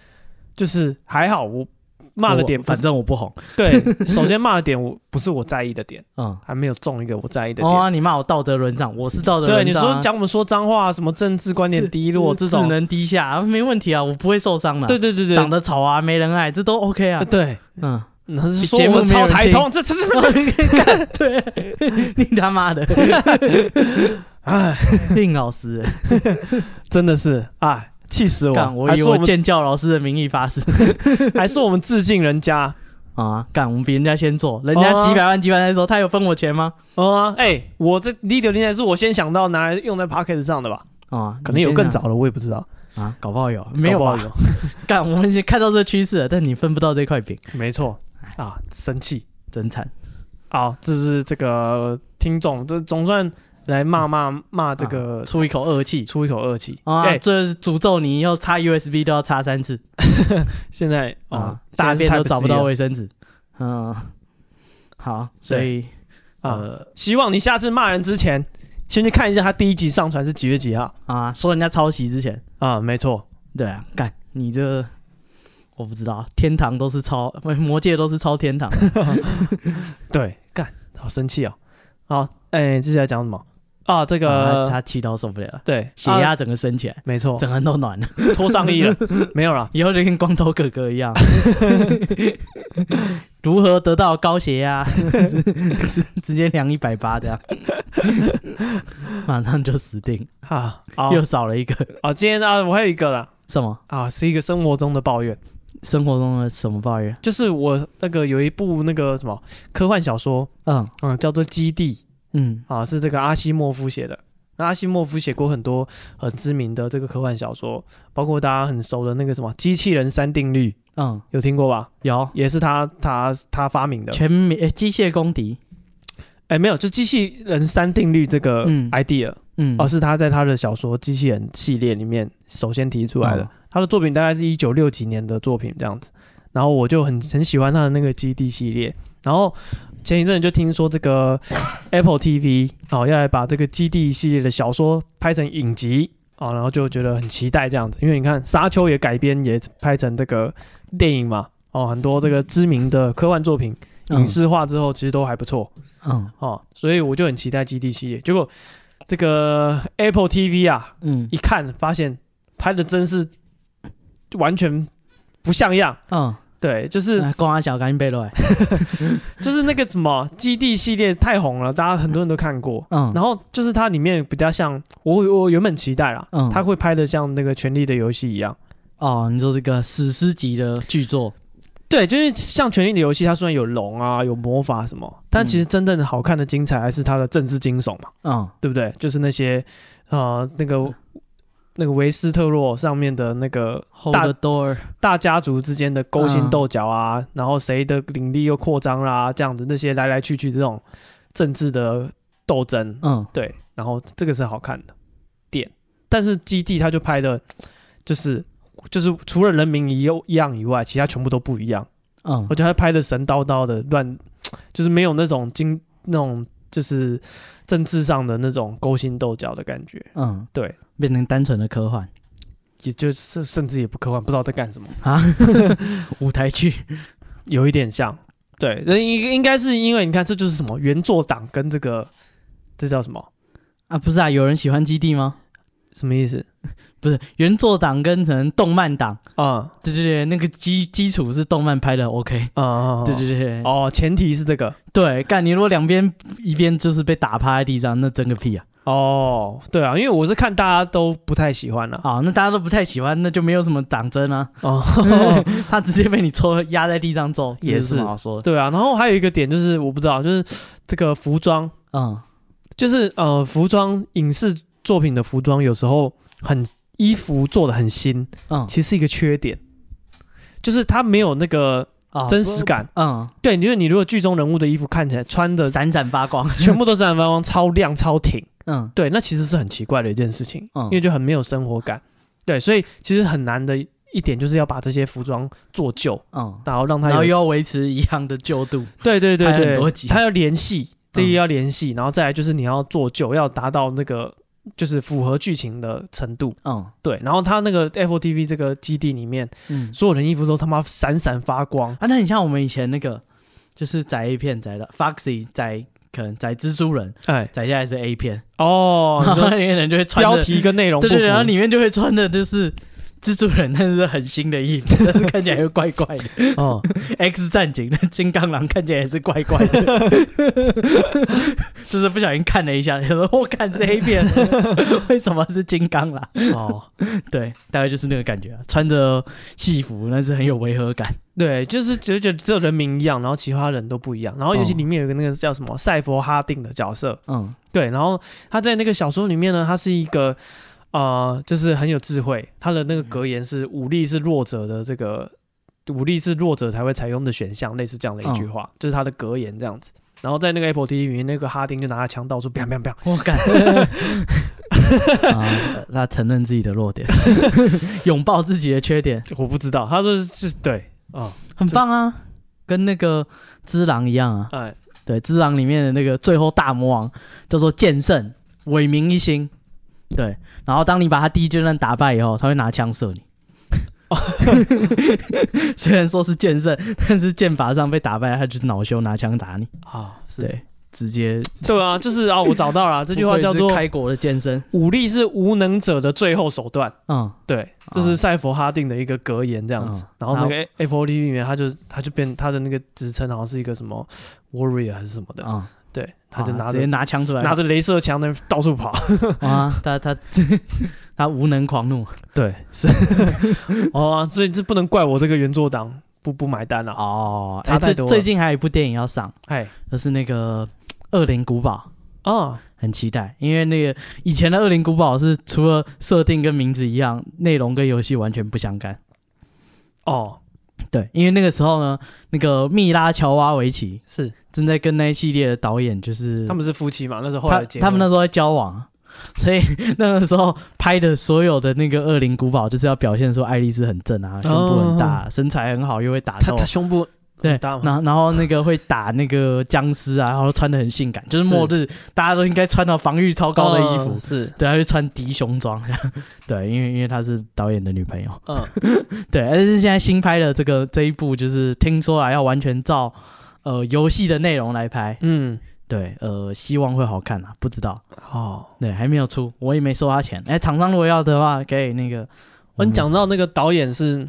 就是还好，我骂的点
我
不
反
是
正我不红。
对，首先骂的点我不是我在意的点，
嗯，
还没有中一个我在意的
哦
点。
啊，你骂我道德沦丧，我是道德沦丧啊、
对，你说讲我们说脏话，什么政治观点低落这
智
种，
能低下，没问题啊，我不会受伤的。
对对对对，
长得丑啊，没人爱，这都 OK 啊
啊。对，
嗯，
那是说
节目
我
没有
超
人
台
听
通，这这这这
干对， (laughs) 你他妈的，
哎，
令老师，
(laughs) 真的是啊，气死我！
干，我
还
以
说我
我
们
尖叫老师的名义发誓
(laughs) 还说我们致敬人家， (laughs)
啊，干，我们比人家先做，人家
哦啊
几百万几百万的时候，他有分我钱吗？
哦啊，哎、我这 leader 零是我先想到拿来用在 p o c k e t 上的吧？
啊，
可能有
你
更
先
早
讲
的，我也不知道。
啊，搞不好有，没有
搞不 (laughs)
吧
好？有，
干，我们已经看到这趋势了，但你分不到这块饼，
没错啊，生气
真惨。
啊，这是这个听众，这总算来骂骂骂这个、
啊出一口恶气
出一口恶气。哎、
啊，这诅咒你要插 USB 都要插三次
现在
啊
啊，，
大便都找不到
位，
卫生纸。嗯，好，所以
啊，
呃
希望你下次骂人之前，先去看一下他第一集上传是几月几号
啊，说人家抄袭之前。
啊，没错。
对啊，干你这个我不知道，天堂都是超，不是魔界都是超天堂。
对，干，好生气哦。好，哎、接下来讲什么？ (laughs) 啊，这
啊
个、
他他气到受不了了，
对
血
啊
压整个升起来，
没错，
整个人都暖了，
脱上衣了， (laughs) 没有啦。
以后就跟光头哥哥一样。 (laughs) 如何得到高血压？ (laughs) 直直直接量一百八这样，马上就死定，
(laughs) 啊，好
又少了一个
啊，今天啊，我还有一个啦，
什么？
啊，是一个生活中的抱怨，
生活中的什么抱怨？
就是我那个有一部那个什么科幻小说，
嗯
嗯，叫做《基地
嗯》
啊，是这个阿西莫夫写的。那阿西莫夫写过很多很知名的这个科幻小说，包括大家很熟的那个什么《机器人三定律》，
嗯，
有听过吧？
有
也是他他他发明的。
全民诶机械公敌，
哎，没有，就机器人三定律这个
嗯
idea，、
嗯，
哦，是他在他的小说《机器人》系列里面首先提出来的。
哦
他的作品大概是一九六几年的作品这样子，然后我就很很喜欢他的那个《基地》系列。然后前一阵就听说这个 Apple TV 哦要来把这个《基地》系列的小说拍成影集哦，然后就觉得很期待这样子，因为你看《沙丘》也改编也拍成这个电影嘛，哦，很多这个知名的科幻作品影视化之后其实都还不错。
嗯，
哦，所以我就很期待《基地》系列。结果这个 Apple TV 啊，
嗯
一看发现拍的真是完全不像样。
嗯
对，就是、
嗯，光阿小赶紧背落来，
(laughs) 就是那个什么《基地》系列太红了，大家很多人都看过。
嗯，
然后就是它里面比较像我我原本期待啦，
嗯
它会拍的像那个《权力的游戏》一样。
哦，你说这个史诗级的巨作，
对，就是像《权力的游戏》，它虽然有龙啊、有魔法什么，但其实真正好看的精彩还是它的政治惊悚嘛。
嗯
对不对？就是那些呃那个那个维斯特洛上面的那个
，Hold
大
the door，
大家族之间的勾心
嗯
斗角啊，然后谁的领地又扩张啦、这样子那些来来去去这种政治的斗争，
嗯
对，然后这个是好看的点，但是基地他就拍的，就是。就是除了人民一又一样以外，其他全部都不一样。
嗯
而且他拍的神叨叨的，乱就是没有那种经那种就是政治上的那种勾心斗角的感觉。
嗯，
对，
变成单纯的科幻
也就是甚至也不科幻，不知道在干什么，
啊， (laughs) 舞台剧，
有一点像。对，那应应该是因为你看，这就是什么原作党跟这个这叫什么
啊，不是啊，有人喜欢基地吗？
什么意思
不是原作党跟可能动漫党，
啊
对对对，那个基基础是动漫拍的，OK，
啊啊？啊
对对对，哦，
哦，前提是这个
对，干你如果两边一边就是被打趴在地上，那真个屁啊！
哦，对啊，因为我是看大家都不太喜欢了
啊，那大家都不太喜欢，那就没有什么党争 (laughs) 啊，
哦， (laughs)
他直接被你戳压在地上揍，
也
也
是
是好说的，
对啊。然后还有一个点就是我不知道，就是这个服装，
嗯
就是呃，服装影视作品的服装有时候很衣服做的很新，
嗯
其实是一个缺点，就是它没有那个
啊
真实，感。
嗯，
对，因为你如果剧中人物的衣服看起来穿的
闪闪发光，
全部都是蓝蓝光超亮超挺，
嗯
对，那其实是很奇怪的一件事情，
嗯
因为就很没有生活感。对，所以其实很难的一点就是要把这些服装做旧，
嗯，
然后让它
然后又
有
要维持一样的旧度，
对对对
拍很多
对，
集
它要联系，这
嗯
也要联系，然后再来就是你要做旧，要达到那个就是符合剧情的程度。
嗯
对，然后它那个 Apple TV 这个基地里面，
嗯，
所有人衣服都他妈闪闪发光。
啊，那很像我们以前那个，就是载 A 片载的 Foxy 载可能载蜘蛛人
哎，
载下来是 A 片，
哦，你
然后
(laughs) 说
那些人就会穿着
标题跟内容不符，
对对，对然后里面就会穿的就是蜘蛛人，但是很新的
(laughs)
衣服，但是看起来又怪怪的。
哦，
X 战警的金刚狼看起来也是怪怪的，
(laughs)
就是不小心看了一下，有时候我看是
(laughs)
A 片，为什么是金刚狼？
(laughs) 哦，
对，大概就是那个感觉、啊，穿着戏服，但是很有违和感。
对，就是只觉得只有人名一样，然后其他人都不一样。然后尤其
哦
里面有一个那个叫什么赛佛哈定的角色，
嗯
对，然后他在那个小说里面呢，他是一个呃，就是很有智慧。他的那个
嗯
格言是“武力是弱者的这个武力是弱者才会采用的选项”，类似这样的一句
嗯
话，就是他的格言这样子。然后在那个 Apple TV 里面，那个哈丁就拿着枪到处砰砰砰，
我感啊，他承认自己的弱
(laughs)
点，拥抱自己的缺点，
我不知道，他说是就是对，哦，
很棒啊，跟那个只狼一样啊。
哎，
对，《只狼》里面的那个最后大魔王叫做剑圣，伟名一星。对，然后当你把他第一阶段打败以后，他会拿枪射你。
哦
(laughs) 虽然说是剑圣，但是剑法上被打败，他就是恼羞拿枪打你。
啊，是
对，直接
对啊，就是啊，我找到
(laughs)
了这句话叫
不
做
愧是开国的剑圣。
“武力是无能者的最后手段”。
嗯
对，这是赛佛哈定的一个格言这样子。
嗯
然后那个 F O D 里面，他就他就变他的那个职称好像是一个什么 warrior 还是什么的，
嗯，
对，他就
啊
拿
直
着、
接拿枪出来，
拿着镭射枪在那边到处
(laughs)
跑。
啊，他 (laughs) 他他无能狂怒
对，是 (laughs) 哦、所以这不能怪我这个原作党不不买单了、啊。
哦。
差
哎，
太
最
多了
最近还有一部电影要上，
哎，
就是那个《恶灵古堡》
哦，
很期待，因为那个以前的《恶灵古堡》是除了设定跟名字一样，内容跟游戏完全不相干。
哦，
对，因为那个时候呢，那个密拉乔瓦维奇
是
正在跟那一系列的导演，就是
他们是夫妻嘛？那时候后
他
来结
他们那
婚
时候在交往啊，所以那个时候拍的所有的那个《恶灵古堡》，就是要表现说爱丽丝很正啊，胸部很大，身材很好，又会打
他
斗啊
他。胸部
对，
大吗
然后然后那个会打那个僵尸啊，然后穿的很性感，就是
是
末日大家都应该穿到防御超高的衣服
嗯，是，
(laughs) 对，她就穿低胸装，对，因为因为她是导演的女朋友，
嗯，
对，但是现在新拍的这个这一部，就是听说啊要完全照呃游戏的内容来拍，
嗯，
对，呃，希望会好看啊，不知道，
哦，
对，还没有出，我也没收他钱，哎，厂商如果要的话，可以那个，
我哦讲到那个导演是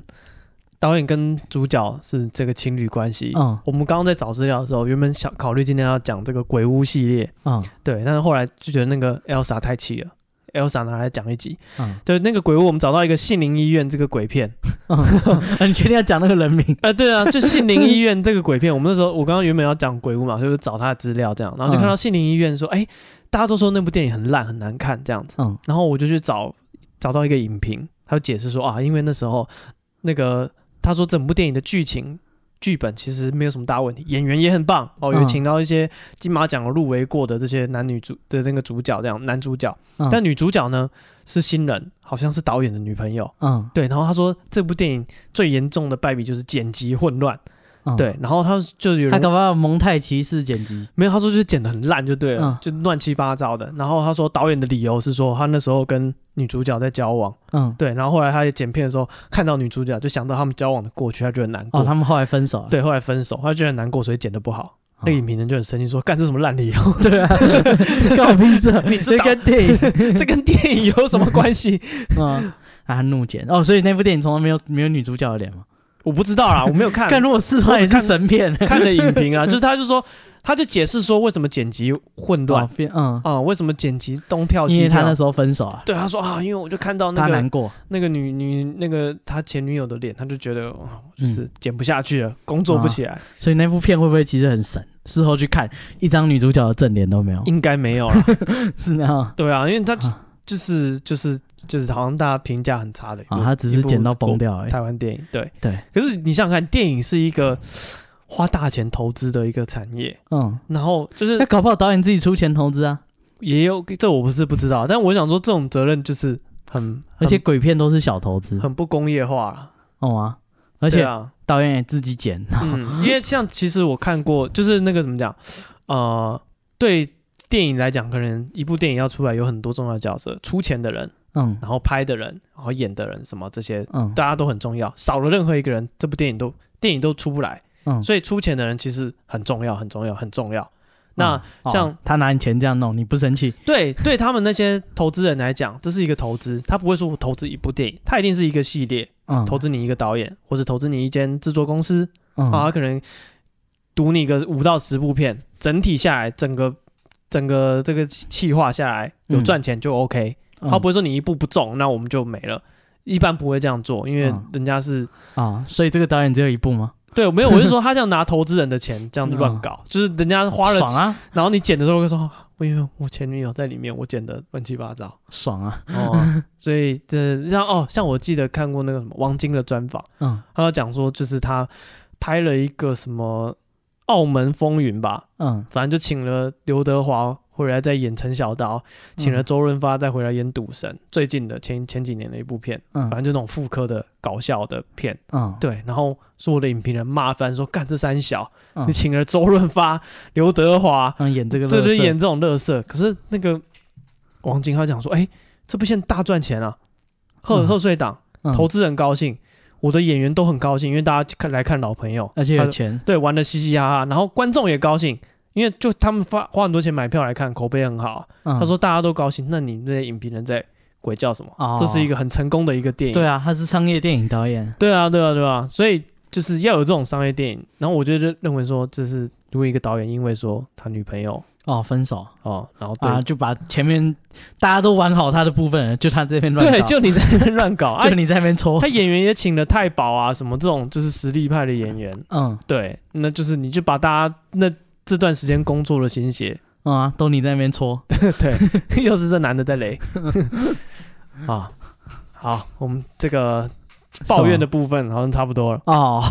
导演跟主角是这个情侣关系。
嗯
我们刚刚在找资料的时候，原本想考虑今天要讲这个鬼屋系列，
嗯
对，但是后来就觉得那个 Elsa 太气了，Elsa 拿来讲一集。
嗯 (laughs)
对，那个鬼屋我们找到一个杏林医院这个鬼片，
嗯，你确定要讲那个人名？
啊，对啊，就杏林医院这个鬼片，我们那时候我刚刚原本要讲鬼屋嘛，就是找他的资料这样，然后就看到杏林医院说，哎、大家都说那部电影很烂很难看这样子，
嗯
然后我就去找找到一个影评，他就解释说啊，因为那时候那个他说整部电影的剧情。剧本其实没有什么大问题，演员也很棒哦，有
嗯
请到一些金马奖入围过的这些男女主的那个主角这样男主角，
嗯，
但女主角呢是新人，好像是导演的女朋友，
嗯
对，然后他说这部电影最严重的败笔就是剪辑混乱，
嗯，
对，然后他就有
他
人
搞不好蒙太奇式剪辑，
没有，他说就是剪的很烂就对了，
嗯
就乱七八糟的。然后他说导演的理由是说他那时候跟女主角在交往，
嗯，
对，然后后来他也剪片的时候看到女主角就想到他们交往的过去，他就很难过，
哦，他们后来分手了，
对，后来分手，他就很难过，所以剪的不好。那个影
嗯，
评人就很生气说：“干这什么烂理由？ (laughs)
(laughs) 对啊，干我屁事啊，
你是
这
导
跟
(laughs)
电影。
这跟电影有什么关系？ (laughs)
嗯，啊，怒剪哦，所以那部电影从来没有没有女主角的脸吗？
我不知道啦，我没有看。
但如果是的话，也是神片，
看了影评啊，就是他就说，他就解释说为什么剪辑混乱
哦变嗯，
啊、为什么剪辑东跳
因
西
为他
跳
那。时候分手啊，
对，他说啊，因为我就看到那
他难
个
过，
那个女女那个他前女友的脸，他就觉得、哦、
嗯哦
就是剪不下去了，工作不起来，
所以那部片会不会其实很神？事后去看，一张女主角的正脸都没有，
应该没有了。
是那样啊，
对啊，因为他
啊
就是就是就是好像大家评价很差的一部，
哦他只是
一部
剪到崩掉哎
国
而已。
台湾电影，对
对。
可是你想想看，电影是一个花大钱投资的一个产业，
嗯，
然后就是
那搞不好导演自己出钱投资啊，
也有这我不是不知道，但我想说这种责任就是很
而且
很
鬼片都是小投资，
很不工业化了，
哦啊，而
对
且 (laughs)
啊，
导演也自己剪，
嗯，因为像其实我看过，就是那个怎么讲，呃，对电影来讲，可能一部电影要出来有很多重要的角色，出钱的人，
嗯
然后拍的人，然后演的人，什么这些，
嗯
大家都很重要，少了任何一个人，这部电影都电影都出不来，
嗯，
所以出钱的人其实很重要，很重要，很重要。那、
嗯
像
哦他拿你钱这样弄，你不生气？
对对他们那些投资人来讲，这是一个投资，他不会说我投资一部电影，他一定是一个系列，
嗯，
投资你一个导演，或是投资你一间制作公司，
嗯
啊，他可能赌你个五到十部片，整体下来，整个整个这个企划下来有
嗯
赚钱就 OK，、
嗯
他不会说你一部不中，那我们就没了。一般不会这样做，因为
嗯
人家是、
啊，所以这个导演只有一部吗？
(laughs) 对没有，我是说他这样拿投资人的钱这样子乱
嗯
搞，就是人家花了
爽
钱，
啊，
然后你剪的时候会说，我因为我前女友在里面，我剪的乱七八糟
爽啊，
哦， (laughs) 所以这像哦，像我记得看过那个什么王晶的专访。
嗯
他有讲说，就是他拍了一个什么《澳门风云》吧，
嗯
反正就请了刘德华回来再演陈小刀，请
嗯
了周润发再回来演赌神。最近的前前几年的一部片，
嗯
反正就那种妇科的搞笑的片。
嗯，
对，然后所有的影评人骂翻说：“干这三小，
嗯
你请了周润发、刘德华，
嗯，演这个
这
乐
就
色，
是演这种乐色。”可是那个王晶他讲说：“哎、这部片大赚钱啊，贺
嗯
贺岁档。”
嗯
投，资人高兴，我的演员都很高兴，因为大家看来看老朋友，
而且有
他
钱，
对玩的嘻嘻哈哈，然后观众也高兴，因为就他们花花很多钱买票来看，口碑很好。啊
他
他说大家都高兴，那你那些影评人在鬼叫什么？
哦
这是一个很成功的一个电影。
对啊，他是商业电影导演，
对啊，对啊，对啊，所以就是要有这种商业电影。然后我就认为说，这是如果一个导演因为说他女朋友
哦，分手
哦，然后对、
啊，就把前面大家都玩好他的部分了，就哎他这边乱搞
对，就你在那边乱搞，
(laughs)
啊
就，你在那边戳
他，演员也请了
(laughs)
太保啊，什么这种就是实力派的演员，
嗯
对，那就是你就把大家那这段时间工作的心
(laughs)
血，
嗯啊，都你在那边搓，
对， (laughs) 又是这男的在雷啊。好，我们这个抱怨的部分好像差不多
(laughs)
了。
哦，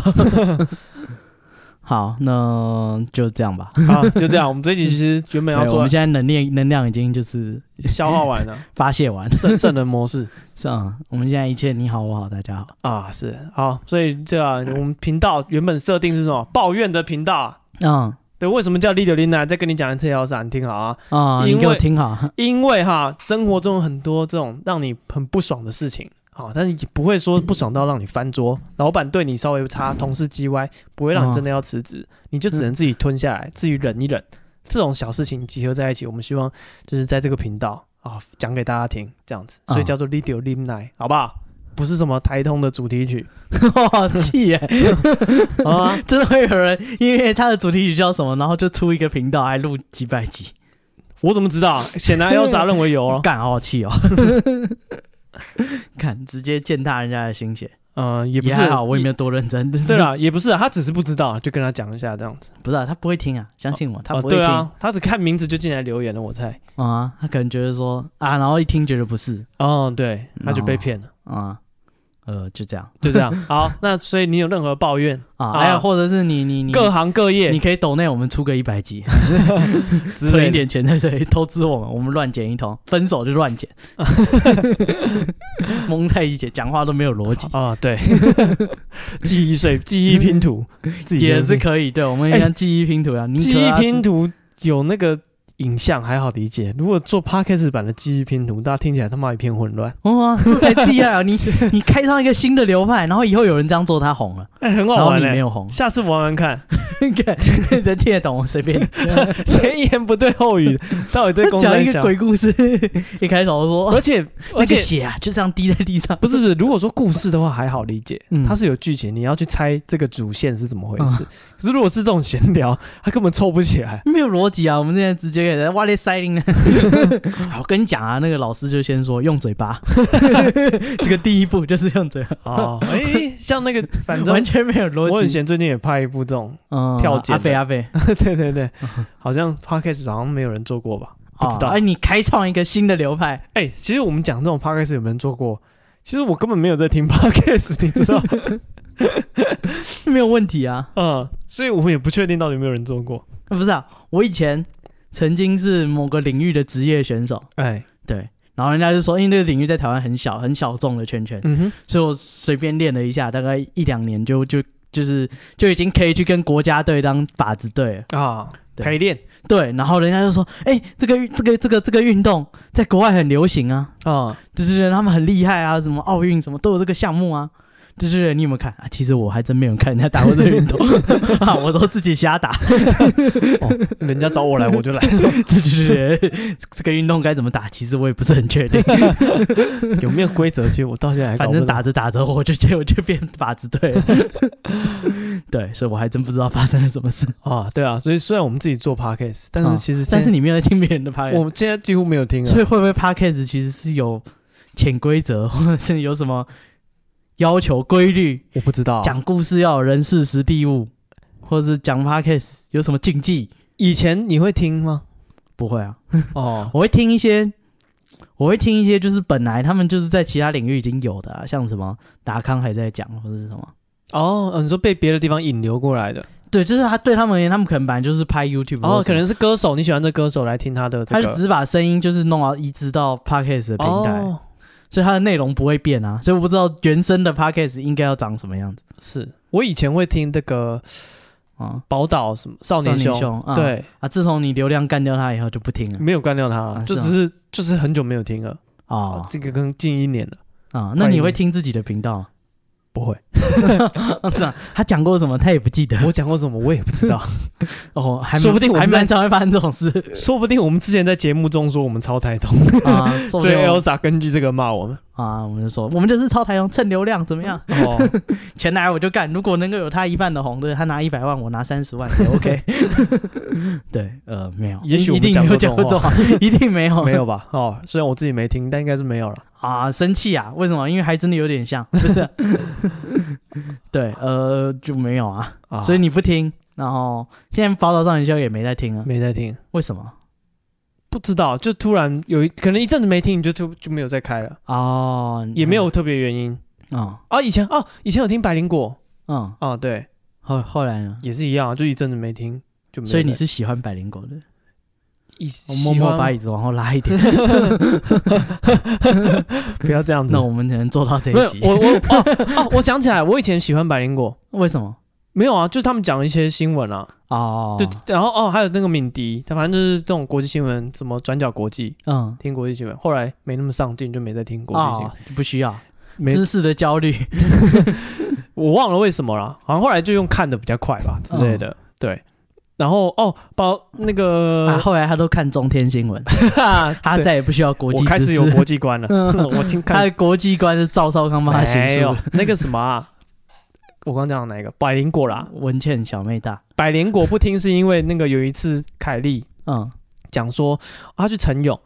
好，那就这样吧。
好，啊就这样。我们这一集其实原本要
对我
做
们现在能量能量已经就是
消化完
(laughs)
了，
发泄
(laughs)
完，啊
圣圣人模式
是啊，我们现在一切你好我好大家好
啊，是好。所以这啊我们频道原本设定是什么？抱怨的频道啊。
嗯
对，为什么叫 l i d l i n a 再跟你讲一次 L 三，你听好啊。
啊、
因为
你给我听好，
因为哈，生活中有很多这种让你很不爽的事情，好、但是也不会说不爽到让你翻桌，老板对你稍微差，同事叽歪，不会让你真的要辞职，你就只能自己吞下来，自己忍一忍。这种小事情集合在一起，我们希望就是在这个频道啊讲给大家听，这样子，所以叫做 Lidio Limni，好不好？不是什么台通的主题曲，
(laughs) 我好气耶！
好吗？
真的会有人因为他的主题曲叫什么，然后就出一个频道还录几百集，
我怎么知道？显然 Elsa 认为有哦。
干好
(laughs)
好气哦！看，直接践踏人家的心血，
嗯、也
也
不是
还好，我也没有多认真，但 (laughs) 是
(laughs) 对了，也不是啊，他只是不知道，就跟他讲一下这样子。
不是、啊、他不会听啊，相信我，他
哦
不会听
对啊，他只看名字就进来留言了，我猜。
嗯啊，他可能觉得说啊，然后一听觉得不是
哦，对，他就被 (laughs) 骗了，
啊，呃，就这样
就这样。好，那所以你有任何抱怨，
啊，
啊
还有或者是你你你
各行各业
你可以抖内我们出个一百集，
之
存
类
一
的，
点钱在这里投资我们，我们乱剪一通，分手就
(laughs)
乱剪，蒙太一姐讲话都没有逻辑，
啊，对，记忆碎，记忆拼图，自己
也
就是
可以。对，
(laughs)
我们像记忆拼图啊，你
记忆拼图有那个影像还好理解，如果做 podcast 版的记忆拼图，大家听起来他妈一片混乱，
哇，这才厉害啊！
(laughs)
你你开创一个新的流派，然后以后有人这样做，他红了，
哎，很
然
好
后
玩
你没
嘞。(laughs)
有红，
下次玩玩看，
人听得懂，我随便
前言不对后 (laughs) 语，到底在 (laughs) 公
讲
山
一个
想？
鬼故事， (laughs) 一开头说
而 (laughs) 且
那
而
个
且
血啊，就这样滴在地上，
不是不是，如果说故事的话还好理解，
嗯
它是有剧情，你要去猜这个主线是怎么回事。可是如果是这种闲聊，它根本凑不起来。
没有逻辑啊！我们现在直接给人哇咧塞林呢。 (laughs) 好，我跟你讲啊，那个老师就先说用嘴巴， (laughs) 这个第一步就是用嘴巴，
(laughs) 哦，哎、像那 (laughs) 个，反正
完全没有
我
逻
很
辑。
闲，最近也拍一部这 (laughs) 种，
嗯
跳剪
阿飞
的
阿飞，
对对 (laughs) 对，好像 podcast 好像没有人做过吧？不知道
哦哎，你开创一个新的流派， (laughs)
哎、其实我们讲这种 podcast 有没有人做过？其实我根本没有在听 (laughs) podcast，你知 (laughs) 道？
没有问题啊。
嗯，所以我们也不确定到底有没有人做过。
啊不是啊，我以前曾经是某个领域的职业选手，
哎，
对，然后人家就说，因为那个领域在台湾很小，很小众的圈圈，
嗯哼，
所以我随便练了一下，大概一两年就就就是就已经可以去跟国家队当靶子队了。
啊，
对
陪练
对，然后人家就说，哎、这个运这个这个这个运动在国外很流行啊，
啊，
就是他们很厉害啊，什么奥运什么都有这个项目啊。就是你有没有看啊？其实我还真没有看人家打过这个
(laughs)
运动啊，我都自己瞎打。
(laughs) 人家找我来我就来， (laughs)
这就是这个运动该怎么打，其实我也不是很确定。
有没有规则？其实我到现在还搞
反
不
正
懂
打着打着，我就结果就变靶子队了。 (laughs) 对，所以我还真不知道发生了什么事。
啊，对啊，所以虽然我们自己做 podcast，但是
啊
其实现
但
在、
是你没有在听别人的 p o
我们现在几乎没有听
所
啊。
以会不会 podcast 其实是有潜规则，或者是有什么要求规律？
我不知道啊、
讲故事要有人事时地物，或者是讲 podcast 有什么禁忌？
以前你会听 (laughs) 吗？
不会啊，
哦，
我会听一些，我会听一些，就是本来他们就是在其他领域已经有的、啊，像什么达康还在讲，或者是什么。
哦，呃你说被别的地方引流过来的，
对，就是他对他们而言，他们可能本来就是拍 YouTube，
哦，
或者
可
什么
能是歌手，你喜欢这歌手来听他的这
他就
个
只是把声音就是弄到移植到 podcast 的平台，
哦，
所以它的内容不会变啊，所以我不知道原生的 podcast 应该要长什么样子
是我以前会听这个
啊。
宝岛什么少年兄，
少年兄啊
对，
啊，自从你流量干掉他以后就不听了
没有干掉他了，
啊
就是
吗
只是就是很久没有听了，
哦
这个跟近一年了，
啊，那你会听自己的频道吗？
不会，
(laughs) 是啊，他讲过什么他也不记得
(laughs) 我讲过什么我也不 (laughs) 知道，
哦，还蛮
说不定我
还
们在
蛮常会发生这
(laughs)
种事
说不定我们之前在节目中说我们超台通，
啊，说不
所以
定我
Elsa 根据这个骂我们，
啊，我们就说我们就是超台龙蹭流量怎么样？
哦。
钱来我就干，如果能够有他一半的红，对他拿一百万，我拿三十万也
(laughs)
，OK 对，呃，没有，
也许我
一
们
定
讲
没有
过这
讲
种
过这种话， (laughs) 一定没
(laughs)
有，
没有吧？哦，虽然我自己没听，但应该是没有了。
啊，生气啊？为什么？因为还真的有 (laughs) 点像，不是？对，呃，就没有啊，
啊，
所以你不听，然后现在《宝岛少年秀》也没在听了，
没在听，
为什么？
不知道，就突然有一可能一阵子没听，你就就就没有再开了，
哦，
也没有特别原因
嗯，
啊。以前哦，以前有听百灵果
嗯嗯，
啊，对，
后后来呢？
也是一样，啊就一阵子没听，就没有再。
所以你是喜欢百灵果的？
一
我
喜
默默
欢
把椅子往后拉一 (laughs) 点，
不要这样子
那。我们只能做到这
没
一
有
集。
我我哦哦，我想起来，我以前喜欢百灵果，
为什么？
没有啊，就他们讲一些新闻啊，
哦，
对，然后哦，还有那个敏迪，他反正就是这种国际新闻，什么转角国际，
嗯，
听国际新闻，后来没那么上进，就没再听国际新闻
哦，，不需要
没
知识的焦 (laughs) 虑。
我忘了为什么啦，好像后来就用看的比较快
嗯
吧之类的，对。然后哦，包那个
啊，后来他都看中天新 (laughs) 闻，
(laughs) 哈
他
对
再也不需要啊国
我
际
开
知
始有
识。嗯
国际观了， (laughs) 我听
(laughs) 他
看
的国际观是赵少康帮他写
没
书
有
的。
那个什么啊，我刚讲的哪一个百灵果啦，
文倩小妹大，
百灵果不听是因为那个有一次凯莉
嗯
讲说、哦她去晨泳，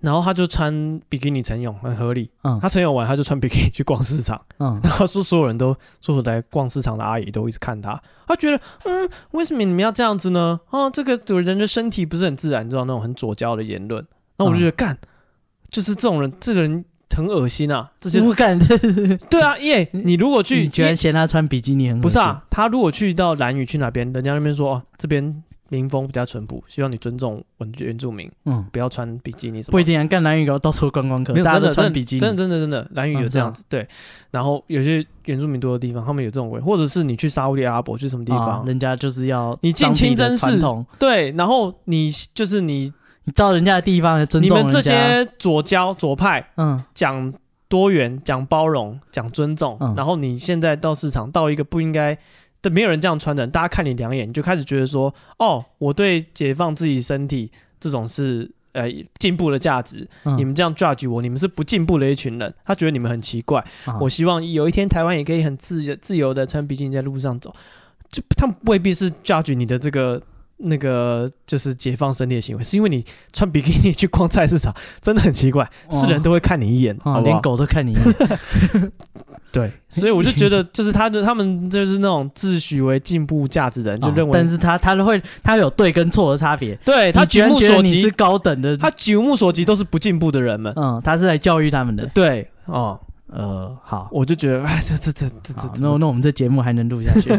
然后她就穿比基尼晨泳，很合理。
嗯
她晨泳完，她就穿比基尼去逛市场，
(laughs) 嗯，
然后说所有人都说来逛市场的阿姨都一直看她，她觉得嗯，为什么你们要这样子呢？哦，这个人的身体不是很自然，你知道那种很左交的言论。那我就觉
嗯
得、干，就是这种人，这个人很恶心啊！这些
我 (laughs) 感觉
对啊，耶，你如果去
你居然嫌他穿比基尼很恶
不是
心
啊，他如果去到蓝屿去哪边，人家那边说哦，这边民风比较淳朴，希望你尊重原原住民，
嗯，
不要穿比基尼什么。
不一定啊，干男女搞到处观光客
没，有
大家
真
都
的
穿
真
比基
的真
尼，
的真的真的蓝屿
嗯
有
是
这
啊
样子、对。然后有些原住民多的地方，他们有这种鬼，或者是你去沙烏地阿拉伯去什么地
啊
方，
人家就是要
你进
当地
清
的
真
传
寺
统，
对，然后你就是你
你到人家的地方尊
你
重
们这
人家，
些左交左派
嗯
讲多元、讲包容、讲尊重，
嗯
然后你现在到市场到一个不应该的，没有人这样穿的，大家看你两眼，你就开始觉得说，哦，我对解放自己身体这种是呃进步的价值，
嗯，
你们这样 judge 我，你们是不进步的一群人，他觉得你们很奇怪。
啊
我希望有一天台湾也可以很自由自由的穿比基尼在路上走，就他们未必是 judge 你的这个那个就是解放身体的行为，是因为你穿比基尼去逛菜市场真的很奇怪，
哦
是人都会看你一眼，
啊
好不好
连狗都
(laughs)
看你一眼，
对，所以我就觉得就是他的他们就是那种自诩为进步价值的人，就
啊
认为，
但是他他都会他有对跟错的差别，
对他
你居
举
然
目
觉得
所
你是
及，
高等的，
他举目所及都是不进步的人们，
嗯，他是来教育他
(laughs)
们的，
对，哦，
呃，好。
我就觉得哎，这这这这这
好
这
那那我们这节目还能录下
(laughs)
去？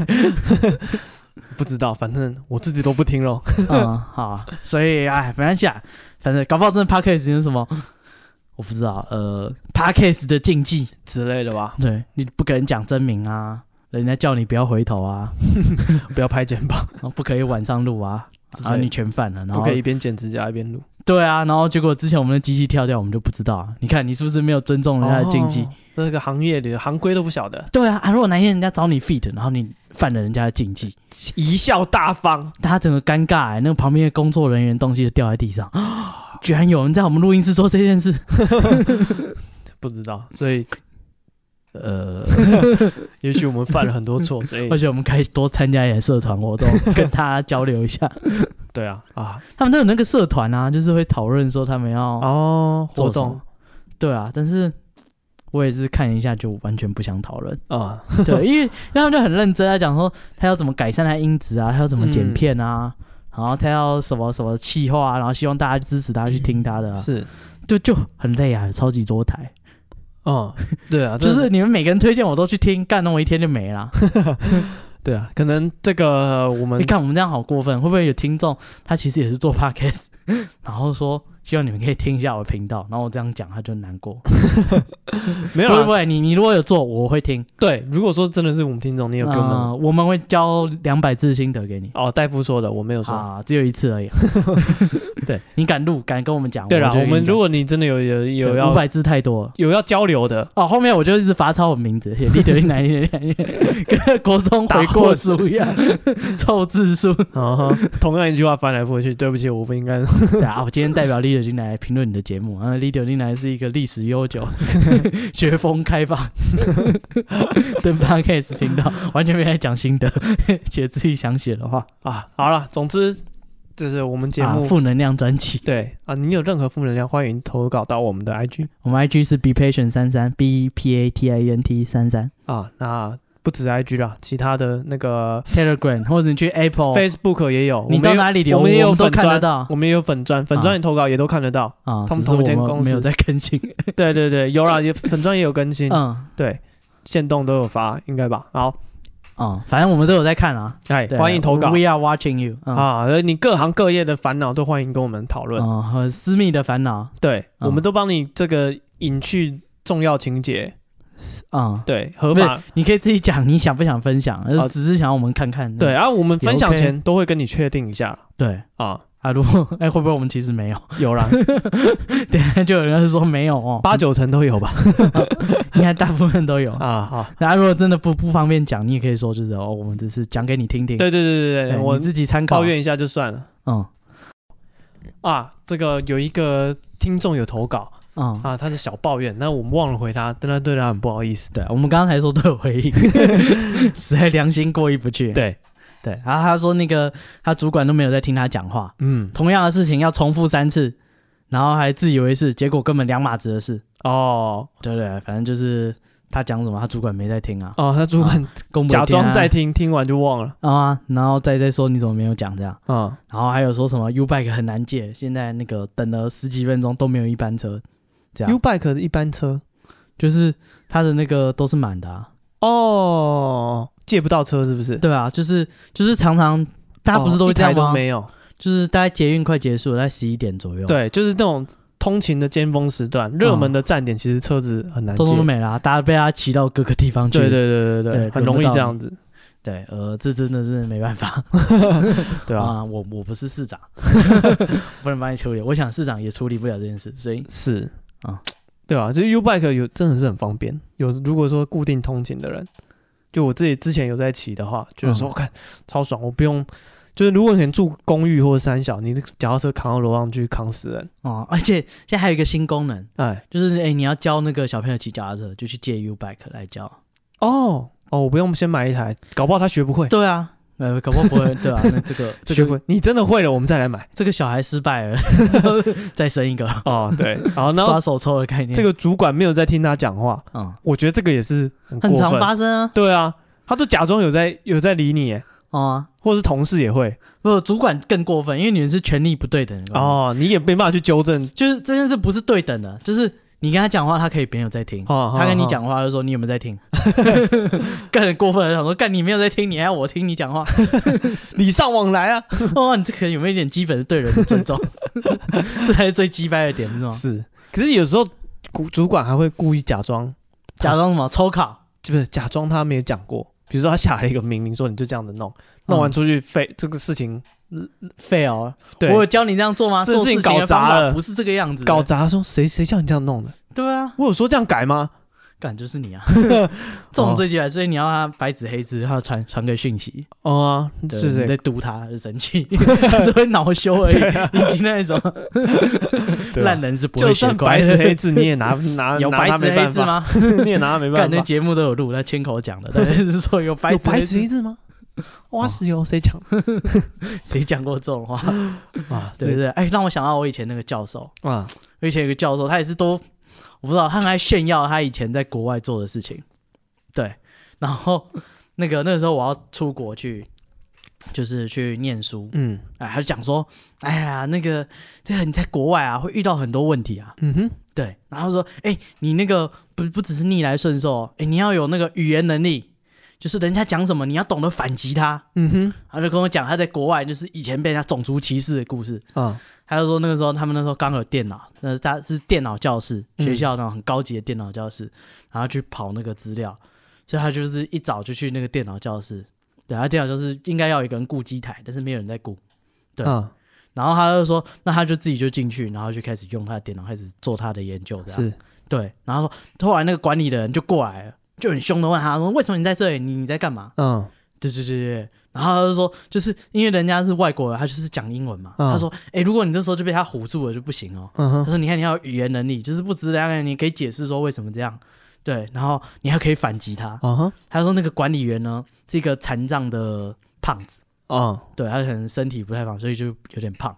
不知道，反正我自己都不听咯。
嗯，好，所以哎，没关系啊，反正搞不好真的 podcast 有什么，我不知道，呃，podcast 的禁忌，
之类的吧，
对你不可能讲真名啊，人家叫你不要回头啊， (laughs)
不要拍肩膀。
然后不可以晚上录啊，
之类
然后你全犯了，然
不
后
可以一边剪指甲一边录。
对啊，然后结果之前我们的机器跳掉，我们就不知道啊，你看你是不是没有尊重人家的禁忌？
哦，这个行业里的行规都不晓得，
对啊，啊，如果哪一天人家找你 feed，然后你犯了人家的禁忌，
贻笑大方。
大家整个尴尬、欸，那个旁边的工作人员东西就掉在地上， (gasps) 居然有人在我们录音室做这件事，
不知道，所以
(laughs) 呃。
也许我们犯了很多
(laughs)
错，所以
而且我们可以多参加一点社团活
(laughs)
动，跟大家交流一下。
对啊啊
他们都有那个社团啊，就是会讨论说他们要、
哦，活
做什么
动
对啊，但是我也是看一下就完全不想讨论，
啊，
对，因为因为他们就很认真在讲说他要怎么改善他的音质啊，他要怎么
嗯
剪片啊。然后他要什么什么气化、啊，然后希望大家支持他去听他的、啊，
是
就就很累啊，有超级多台，
哦，对啊，
(laughs) 就
真的
是你们每个人推荐我都去听，干那我一天就没了。
对啊，可能这个我
(laughs)
们
你看我们这样好过分，会不会有听众他其实也是做 podcast，然 (laughs) 后说希望你们可以听一下我的频道，然后我这样讲他就难过。
没有
不会不
啊
会，你你如果有做，我会听。
对，如果说真的是我们听众，你有给我们
呃我们会交两百字心得给你。
哦，戴夫说的，我没有说。
啊，只有一次
(laughs)
而已。
对，
你敢录，敢跟我们讲。
对了，
就
我
跟你
们
讲
如果你真的有有有
对五
要
百字太多了。
有要交流
(laughs)
的，
哦，后面我就一直罚抄我名字，写立德一男一男，跟国中悔过书一
(laughs)
样，凑字数。
啊，同样一句话翻来覆去，对不起，我不应该。
对啊，我今天代表 Leader 进来评论你的节目，啊，Leader 进来是一个历史
(laughs)
悠久、学风开放的 Podcast 频道，完全没在讲心得，写自己想写的话，
啊，好了，总之就是我们节目、
啊负能量专辑。
对啊，你有任何负能量，欢迎投稿到我们的 IG
我们 IG 是 be patient 三三 b e p a t i e n t 三三，
啊。那不止 IG 啦，其他的那个
Telegram，或者你去 Apple
Facebook 也有，
哦你
我们
到
也
哪里留
我们也
我
有
们都
粉
看得
砖
到
我们也有粉砖，粉
啊
砖你投稿也都看得到。
啊，
他们
只是
同一间
我
公司
没有在
(laughs)
更新。
对对对，有啦，也粉砖也有更新，
嗯
对，线动都有发，应该吧？好，
嗯，反正我们都有在看啊。
哎，
对
欢迎投稿
，We are watching you 嗯。
啊！呃你各行各业的烦恼都欢迎跟我们讨论，
嗯，和私密的烦恼，
对，
嗯
我们都帮你这个隐去重要情节，
嗯，
对，合法，
你可以自己讲，你想不想分享？呃
啊
只是想要我们看看。
对，啊，我们
也
分享
OK
前都会跟你确定一下
对
啊，
啊，如果哎，会不会我们其实没有？ (laughs)
有啦，
等一下就有人说没有哦，
八九成都有吧？
应该大部分都有。
啊，好，
那如果真的不不方便讲，你也可以说就是哦，我们只是讲给你听听，
对对对对
对，
对，我
你自己参考
抱。怨一下就算了
嗯
啊。这个有一个听众有投稿
嗯，
啊，他的小抱怨，那我们忘了回他，但他对他很不好意思。
对，我们刚才说都有
(laughs)
回应， (laughs) 实在良心过意不去。
对，
对，然后他说那个他主管都没有在听他讲话，
嗯，
同样的事情要重复三次，然后还自以为是，结果根本两码子的事。
哦
对对，反正就是他讲什么，他主管没在听啊，
哦，他主管
公
假装在听，听完就忘了。
啊，然后再再说你怎么没有讲这样，
啊、
然后还有说什么 U bike 很难借，现在那个等了十几分钟都没有一班车，这
u
样
Bike 的一班车
就是他的那个都是满的、啊，
哦，借不到车是不是？
对啊，就是就是常常大家不是都
哦
会
一
这样
台
吗？
都没有？
就是大概捷运快结束了，在十一点左右，，
对，就是那种通勤的尖峰时段，热门的站点其实车子很难借。
通通都没了啊、大家被他骑到各个地方去，
对对对对
对
很容易这样子，
对，呃，这真的是没办法
对吧、
(laughs) 啊，我我不是
(laughs)
市长，不能帮你处理，我想市长也处理不了这件事，所以
是
啊
啊，对吧、就是 U Bike 有真的是很方便，有如果说固定通勤的人，就我自己之前有在骑的话，就是说
嗯
看、超爽，我不用。就是如果你住公寓或者三小，你的脚踏车扛到楼上去扛死人，
哦，而且现在还有一个新功能，
哎，
就是哎、诶你要教那个小朋友骑脚踏车，就去借 U bike 来教。
哦哦，我不用先买一台，搞不好他学不会，
对啊，呃，搞不好不
(laughs)
会，对啊，那这个这
学
个
会你真的会了，我们再来买。
这个小孩失败
(laughs)
了，再生一个
哦，对，好，然后
刷手抽的概念，
这个主管没有在听他讲话，
嗯，
我觉得这个也是很过
很常
分
发生啊，
对啊，他都假装有在有在理你耶，
哦啊、
或者是同事也会
不，主管更过分，因为你们是权力不对等的，
哦，你也没办法去纠正。
就是这件事不是对等的，就是你跟他讲话，他可以没有在听。
哦，
他跟你
哦，
讲话就说你有没有在听， (laughs) 更很过分了，想说干你没有在听，你还要我听你
(laughs)
讲话，
礼尚往来啊，
哦，你这个有没有一点基本的对人的
(laughs)
尊重？这才是最鸡掰的点，是吗？
是。可是有时候主主管还会故意假装，
假装什么抽考？
不是假装他没有讲过。比如说他下了一个命令，说你就这样子
嗯
弄，弄完出去废这个事情，啊
fail，我
对，
有教你这样做吗？
这
做
事情
情的
搞砸
方法
了
不是这个样子的，
搞砸说谁谁叫你这样弄的？
对啊，
我有说这样改吗？
干就
(laughs)
是你啊，这种最鸡掰，所以你要他白纸黑字，他传传个讯息，
哦、啊，
对
是
你
谁？
在读他他就生气， (laughs) 他只会恼羞而已，以及那种
对啊
烂人是不
就
会学
算白
乖
纸黑
的。
字，你也
(laughs)
拿拿
有
拿
白
他
纸
没
黑
办
字
法，
吗？
(laughs) 你也拿他没
干
办
那
法。
节目都有录，他亲口讲的，但是说有白
有
纸
白
黑
纸黑
字，哦
字吗？挖石油谁
(laughs)
讲
谁讲过这
(laughs)
种话？
啊？
对不
对
对？哎，让我想到我以前那个教授，
啊，
我以前有个教授，他也是都我不知道，他很爱炫耀他以前在国外做的事情。对，然后那个那个时候我要出国去，就是去念书，
嗯
哎，他就讲说，哎呀，那个这个你在国外啊会遇到很多问题啊，
嗯哼，
对，然后说，哎、你那个不不只是逆来顺受哦，哎、你要有那个语言能力，就是人家讲什么你要懂得反击他。
嗯
他就跟我讲他在国外就是以前被人家种族歧视的故事，
哼，啊，
他就说那个时候他们那时候刚有电脑，那是他是电脑教室，
嗯
学校那种很高级的电脑教室，然后去跑那个资料，所以他就是一早就去那个电脑教室。对，他电脑教室应该要有一个人顾机台，但是没有人在顾。对
啊，
然后他就说，那他就自己就进去，然后就开始用他的电脑开始做他的研究，这样。
是
对，啊然后说后来那个管理的人就过来了，就很凶的问他说：“为什么你在这里？你你在干嘛
嗯，？”
对对对对对。然后他就说，就是因为人家是外国人，他就是讲英文嘛。
嗯
他说：“哎、如果你这时候就被他唬住了，就不行哦。”
嗯
他
哼，
说：“你看，你要有语言能力，就是不止这样，你可以解释说为什么这样，对，然后你还可以反击他。
啊哈，”
他说：“那个管理员呢，是一个残障的胖子，
啊，
对他可能身体不太好，所以就有点胖。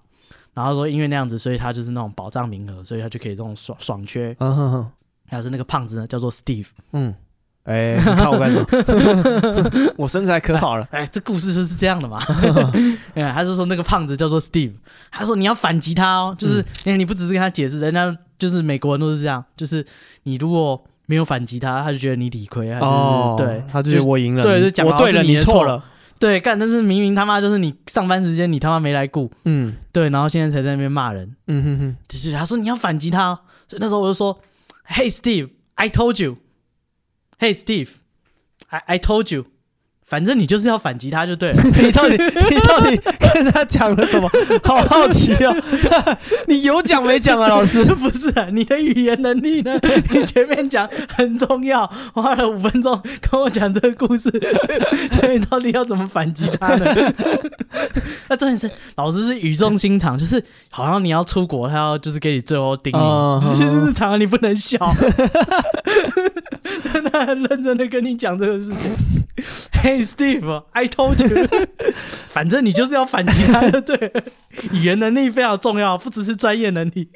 然后说因为那样子，所以他就是那种保障名额，所以他就可以这种爽爽缺。
嗯哼哼，
还有是那个胖子呢，叫做 Steve，
嗯，哎、你看我干什么？ (laughs) 我身材可好了。
哎，这故事就是这样的嘛。哎，他就说那个胖子叫做 Steve，他说你要反击他哦，就是、哎你不只是跟他解释，人家就是美国人都是这样，就是你如果没有反击他，他就觉得你理亏，啊他就是、
哦
对，
他哎就觉得我赢了，
对
你
就讲
我
好
对
是
了，
你的
错
错
了。
对干，但是明明他妈就是你上班时间你他妈没来顾，
嗯
对，然后现在才在那边骂人，
嗯哼哼，
就是他说你要反击他哦，所以那时候我就说，Hey Steve，I told you，Hey Steve，I I told you，反正你就是要反击他就对了。
(laughs) 你到底你到底跟他讲了什么？好好奇哦， (laughs) 你有讲没讲啊，老师？
(laughs) 不是、啊、你的语言能力呢？ (laughs) 你前面讲很重要，花了五分钟跟我讲这个故事， (laughs) 所以到底要怎么反击他呢？ (laughs) 那重点是老师是语重心长，就是好像你要出国，他要就是给你最后叮
哦
(laughs) 咛，就是日常你不能笑。 (laughs) 他很认真的跟你讲这个事情。Hey Steve，I told you，反 (laughs) 正你就是要反击他的，对了，语言能力非常重要，不只是专业能力。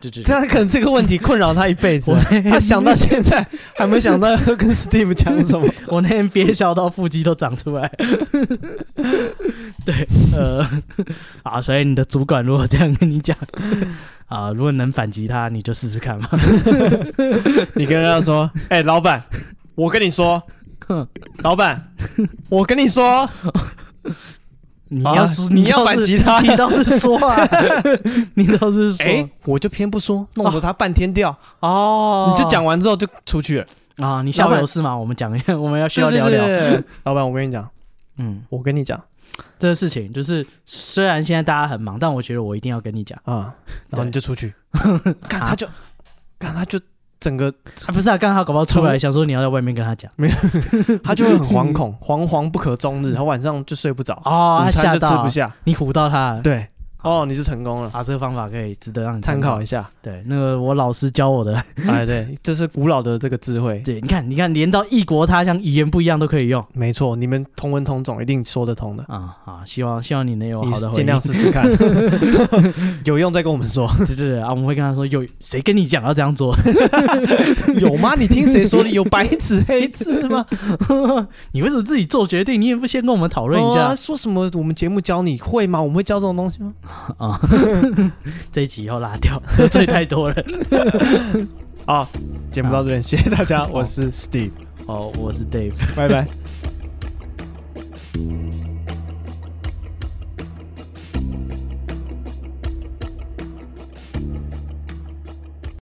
对对对
他可能这个问题困扰他一辈子啊，
我
他想 (laughs) 到现在还没想到要跟 Steve 讲什么。
(laughs) 我那天憋笑到腹肌都长出来。 (laughs) 对，呃，啊，所以你的主管如果这样跟你讲，啊，如果能反击他，你就试试看嘛。
你跟他 (laughs) 说：“哎、老板，我跟你说，老板，我跟你说，
你
好
要
啊
是、
你要反击他
(laughs) 你倒是说
(laughs)
啊，你倒是说、
哎、我就偏不说，弄得他半天掉。
啊哦，
你就讲完之后就出去了，
啊，你下
老
午
板
有事吗？我们讲一 (laughs) 下，我们要需要聊聊。
对。对对老板，我跟你讲，
嗯，
我跟你讲
这个事情就是，虽然现在大家很忙，但我觉得我一定要跟
(laughs)
你讲。
啊，然后你就出
(laughs)
去，看
啊
他就，看他就整个
啊，不是啊，刚刚他搞不好出来，想说你要在外面跟他讲。
嗯他就会很惶
(laughs)
恐，惶惶不可终日，他晚上就睡不着，
哦，
午
他吓
嗯餐就吃
到
不下。
你唬到他了。
对，哦，你就成功了，
啊，这个方法可以值得让你
参考
考
一。
(laughs)
下。
对，那个我老师教我的。 (laughs)
哎，对，这是古老的这个智慧。
对，你看，你看，连到异国他乡，语言不一样都可以用
没错，你们同文同种，一定说得通的。
啊。好，希望希望你能有
你
哦好的回应。
尽量试试看， (laughs) 有用再跟我们说。
(laughs) 对对对啊，我们会跟他说，有谁跟你讲要这样做？
(laughs) 有吗？你听谁说的？有白纸黑字吗？
(laughs) 你为什么自己做决定？你也不先跟我们 (laughs) 讨论一
哦
下
说什么？我们节目教你会吗？我们会教这种东西吗？
啊？这一集以后拉掉， (laughs) 得罪太多了。
好，啊节目到这边，谢谢大家，我是 Steve，
哦，我是 Dave。
拜拜。